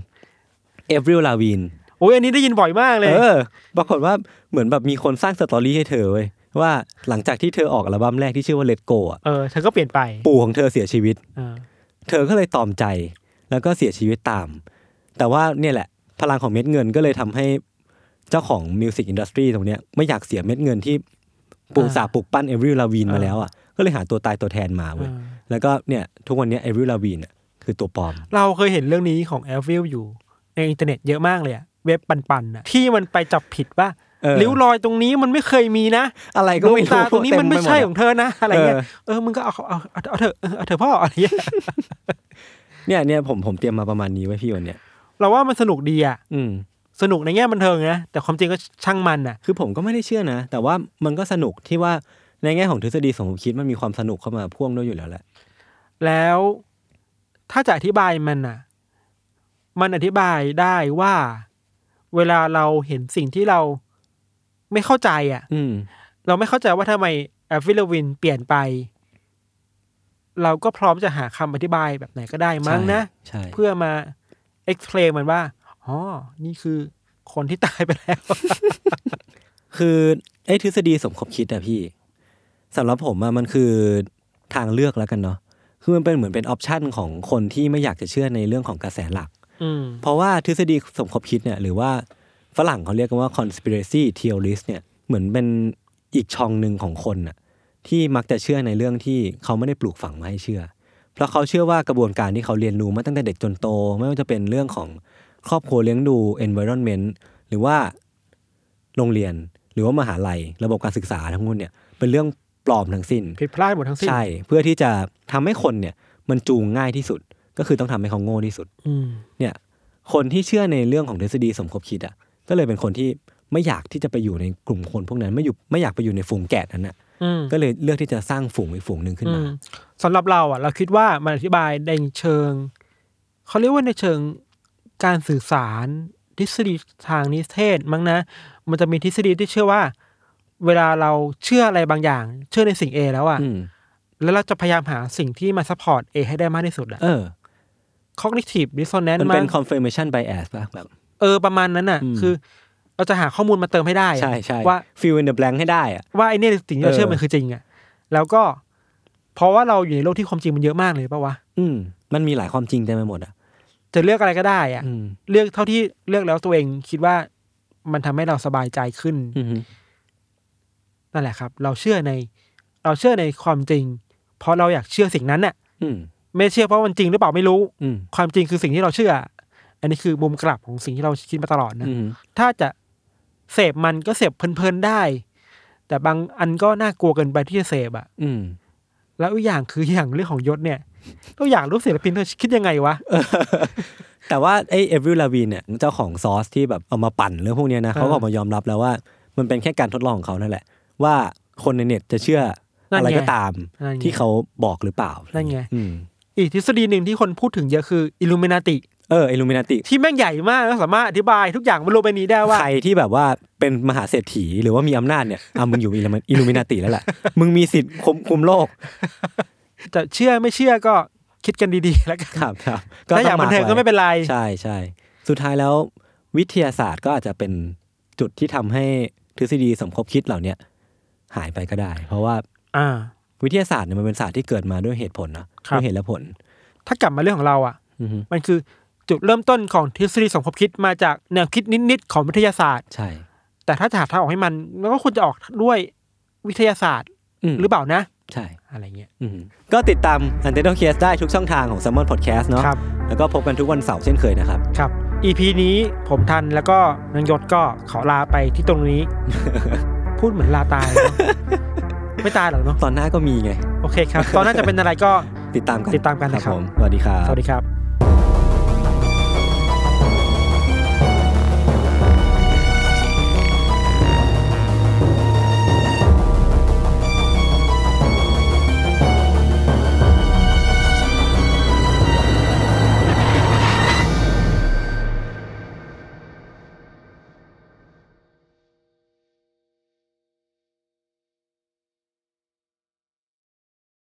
เอฟริลลาวีน
โอ้ยอันนี้ได้ยินบ่อยมากเลย
เออปรากฏว่าเหมือนแบบมีคนสร้างสตอรี่ให้เธอเว้ยว่าหลังจากที่เธอออกอัลบั้มแรกที่ชื่อว่าเลตโกอะ
เออเธอก็เปลี่ยนไป
ปู่ของเธอเสียชีวิต
เออ
เธอก็เลยตอมใจแล้วก็เสียชีวิตตาม แต่ว่าเนี่ยแหละ พลังของเม็ดเงินก็เลยทำให้เจ้าของมิวสิกอินดัสทรีตรงเนี้ยไม่อยากเสียเม็ดเงินที่ปลูกสาปลูกปั้นเอริลลาวีนมาแล้วอ่ะก็เลยหาตัวตายตัวแทนมา
เอ
เว้ย
อ
แล้วก็เนี่ยทุกวันเนี้เอริลลาวีนคือตัวปลอม
เราเคยเห็นเรื่องนี้ของแอลฟิลอยู่ ในอินเทอร์เน็ตเยอะมากเลยอะเว็บปันๆอะที่มันไปจับผิดว่า
เออ
ริ้วรอยตรงนี้มันไม่เคยมีนะ
อะไรก็ไม่
ดว
รู้
งตาตรงนี้มันไม่ใช่
เต็ปหดอะ
ของเธอนะ อะไรเงี้ย
เออ
เออมึงก็เอาเขาเอาเอาเอาเถอะเออเอาเถอะพ่อ อะไรเงี้ย
เนี่ยเนี่ยผมผมเตรียมมาประมาณนี้ไว้พี่วันเนี้ย
เราว่ามันสนุกดีอ่ะ
อืม
สนุกในแง่บันเทิงนะแต่ความจริงก็ช่างมันอ่ะ
คือผมก็ไม่ได้เชื่อนะ แต่ว่ามันก็สนุกที่ว่าในแง่ของทฤษฎีสมคบคิดมันมีความสนุกเข้ามาพ่วงด้วยอยู่แล้วแหละ
แล้วถ้าจะอธิบายมันอ่ะ มันอธิบายได้ว่า เวลาเราเห็นสิ่งที่เราไม่เข้าใจอ่ะ
อืม
เราไม่เข้าใจว่าทำไมแอฟฟิลวินเปลี่ยนไป เราก็พร้อมจะหาคำอธิบายแบบไหนก็ได้มั้งนะ
ใช่ใช่
เพื่อมา explain มันว่า อ๋อ นี่คือคนที่ตายไปแล้ว
คือไอ้ทฤษฎีสมคบคิดอะพี่สำหรับผมอะมันคือทางเลือกแล้วกันเนาะคือมันเป็นเหมือนเป็นออปชันของคนที่ไม่อยากจะเชื่อในเรื่องของกระแสหลัก
อืม
เพราะว่าทฤษฎีสมคบคิดเนี่ยหรือว่าฝรั่งเขาเรียกกันว่า conspiracy theorist เนี่ยเหมือนเป็นอีกช่องหนึ่งของคนน่ะที่มักจะเชื่อในเรื่องที่เขาไม่ได้ปลูกฝังมาให้เชื่อ เพราะเขาเชื่อว่ากระบวนการที่เขาเรียนรู้มาตั้งแต่เด็กจนโต ไม่ว่าจะเป็นเรื่องของครอบครัวเลี้ยงดู environment หรือว่าโรงเรียนหรือว่ามหาลัย ระบบการศึกษาทั้งหมดเนี่ยเป็นเรื่องปลอมทั้งสิ้น
ผิดพลาดหมดทั้งสิ้น
ใช่เพื่อที่จะทำให้คนเนี่ยมันจูงง่ายที่สุด ก็คือต้องทำให้เขาโง่ที่สุด
อืม
เนี่ยคนที่เชื่อในเรื่องของทฤษฎีสมคบคิดอ่ะก็เลยเป็นคนที่ไม่อยากที่จะไปอยู่ในกลุ่มคนพวกนั้นไม่อยู่ไม่อยากไปอยู่ในฝูงแกะนั้นอ่ะ
อืม
ก็เลยเลือกที่จะสร้างฝูงอีกฝูงหนึ่งขึ้นมา
อืมสำหรับเราอ่ะ เราคิดว่ามันอธิบายในเชิง เขาเรียกว่าในเชิงการสื่อสาร ทฤษฎีทางนิเทศมั้งนะ มันจะมีทฤษฎีที่เชื่อว่า เวลาเราเชื่ออะไรบางอย่าง เชื่อในสิ่ง A แล้วอ่ะ
อืม
แล้วเราจะพยายามหาสิ่งที่มาซัพพอร์ต A ให้ได้มากที่สุดอ่ะ
เออ
cognitive dissonance
มันเป็น
มั้ง
confirmation bias ป่ะแบบ
เออประมาณนั้นน่ะ
อืม
คือ เราจะหาข้อมูลมาเติมให้ได้อะ
ใช่ใช่
ว่า
fill in the blank ให้ได้อ่ะ
ว่าไอเนี่ยสิ่งที่เรา
เออ
เชื่อมันคือจริงอ่ะแล้วก็ เพราะว่าเราอยู่ในโลกที่ความจริงมันเยอะมากเลยปะวะ
อืมมันมีหลายความจริงเต็มไปหมดอ่ะ
จะเลือกอะไรก็ได้อ่ะ
อืม
เลือกเท่าที่เลือกแล้วตัวเองคิดว่ามันทำให้เราสบายใจขึ้น
อืม
นั่นแหละครับ เราเชื่อใน เราเชื่อในความจริง เพราะเราอยากเชื่อสิ่งนั้นน่ะ
อืม
ไม่เชื่อเพราะมันจริงหรือเปล่าไม่รู้
อืม
ความจริงคือสิ่งที่เราเชื่อ อันนี้คือมุมกลับของสิ่งที่เราคิดมาตลอดนะ
อืม
ถ้าจะเสพมันก็เสพเพลินๆได้ แต่บางอันก็น่ากลัวเกินไปที่จะเสพอะ
อืม
แล้วอีกอย่างคืออย่างเรื่องของยศเนี่ยเราอยากรู้ศิลปินเธอคิดยังไงวะ
แต่ว่าไอเอฟวิลลาวีเนี่ยเจ้าของซอสที่แบบเอามาปั่นเรื่องพวกเนี้ยนะเขาก็ออกมายอมรับแล้วว่า มันเป็นแค่การทดลองของเขานั่นแหละ ว่าคนในเน็ตจะเชื่ออะไรก็ตาม
นั่นไง
ที่เขาบอกหรือเปล่า
นั่นไง
อืม
อีกทฤษฎีหนึ่งที่คนพูดถึงเยอะคืออิลูเมนาติ
เออ อิลูมินาติ
ที่แม่งใหญ่มากแล้วสามารถอธิบายทุกอย่างบนโลกใบนี้ได้ว่า
ใครที่แบบว่าเป็นมหาเศรษฐีหรือว่ามีอำนาจเนี่ย อ่ะมึงอยู่อิลูมินาติแล้วแหละ มึงมีสิทธิ์คุมคุมโลก
จะเชื่อไม่เชื่อก็คิดกันดีๆ แล้วกัน
ครับครับ
ถ้าอยากบันเทิงก็ไม่เป็นไร
ใช่ใช่ สุดท้ายแล้ววิทยาศาสตร์ก็อาจจะเป็นจุดที่ทำให้ทฤษฎีสมคบคิดเหล่าเนี้ย หายไปก็ได้ เพราะว่า
อ่า
วิทยาศาสตร์เนี่ยมันเป็นศาสตร์ที่เกิดมาด้วยเหตุผลนะครับ ด้วยเหตุและผล
ถ้ากลับมาเรื่องของเราอ่ะ
อือฮึ
มันคือจุดเริ่มต้นของทฤษฎีสมคบคิดมาจากแนวคิดนิดๆของวิทยาศาสตร์
ใช่
แต่ถ้าจะหาทางออกให้มันมันก็ควรจะออกด้วยวิทยาศาสตร์
ม
หรือเปล่านะ
ใช่
อะไรเงี้ย
อือฮึก็ติดตาม u n t i t l e d Case ได้ทุกช่องทางของ s ซ m m o n Podcast เนาะ
ครับ
แล้วก็พบกันทุกวันเสาร์เช่นเคยนะครับ
ครับ EP นี้ผมทันแล้วก็นังยศก็ขอลาไปที่ตรง นี้ พูดเหมือนลาตายเนอะไม่ตายหรอกเนาะ
ตอนหน้าก็มีไง
โอเคครับ ตอนน่าจะเป็นอะไรก็
ติดตามกัน
ติดตามกันนะครับ
ผมสวัสดีครับ
สวัสดีครับ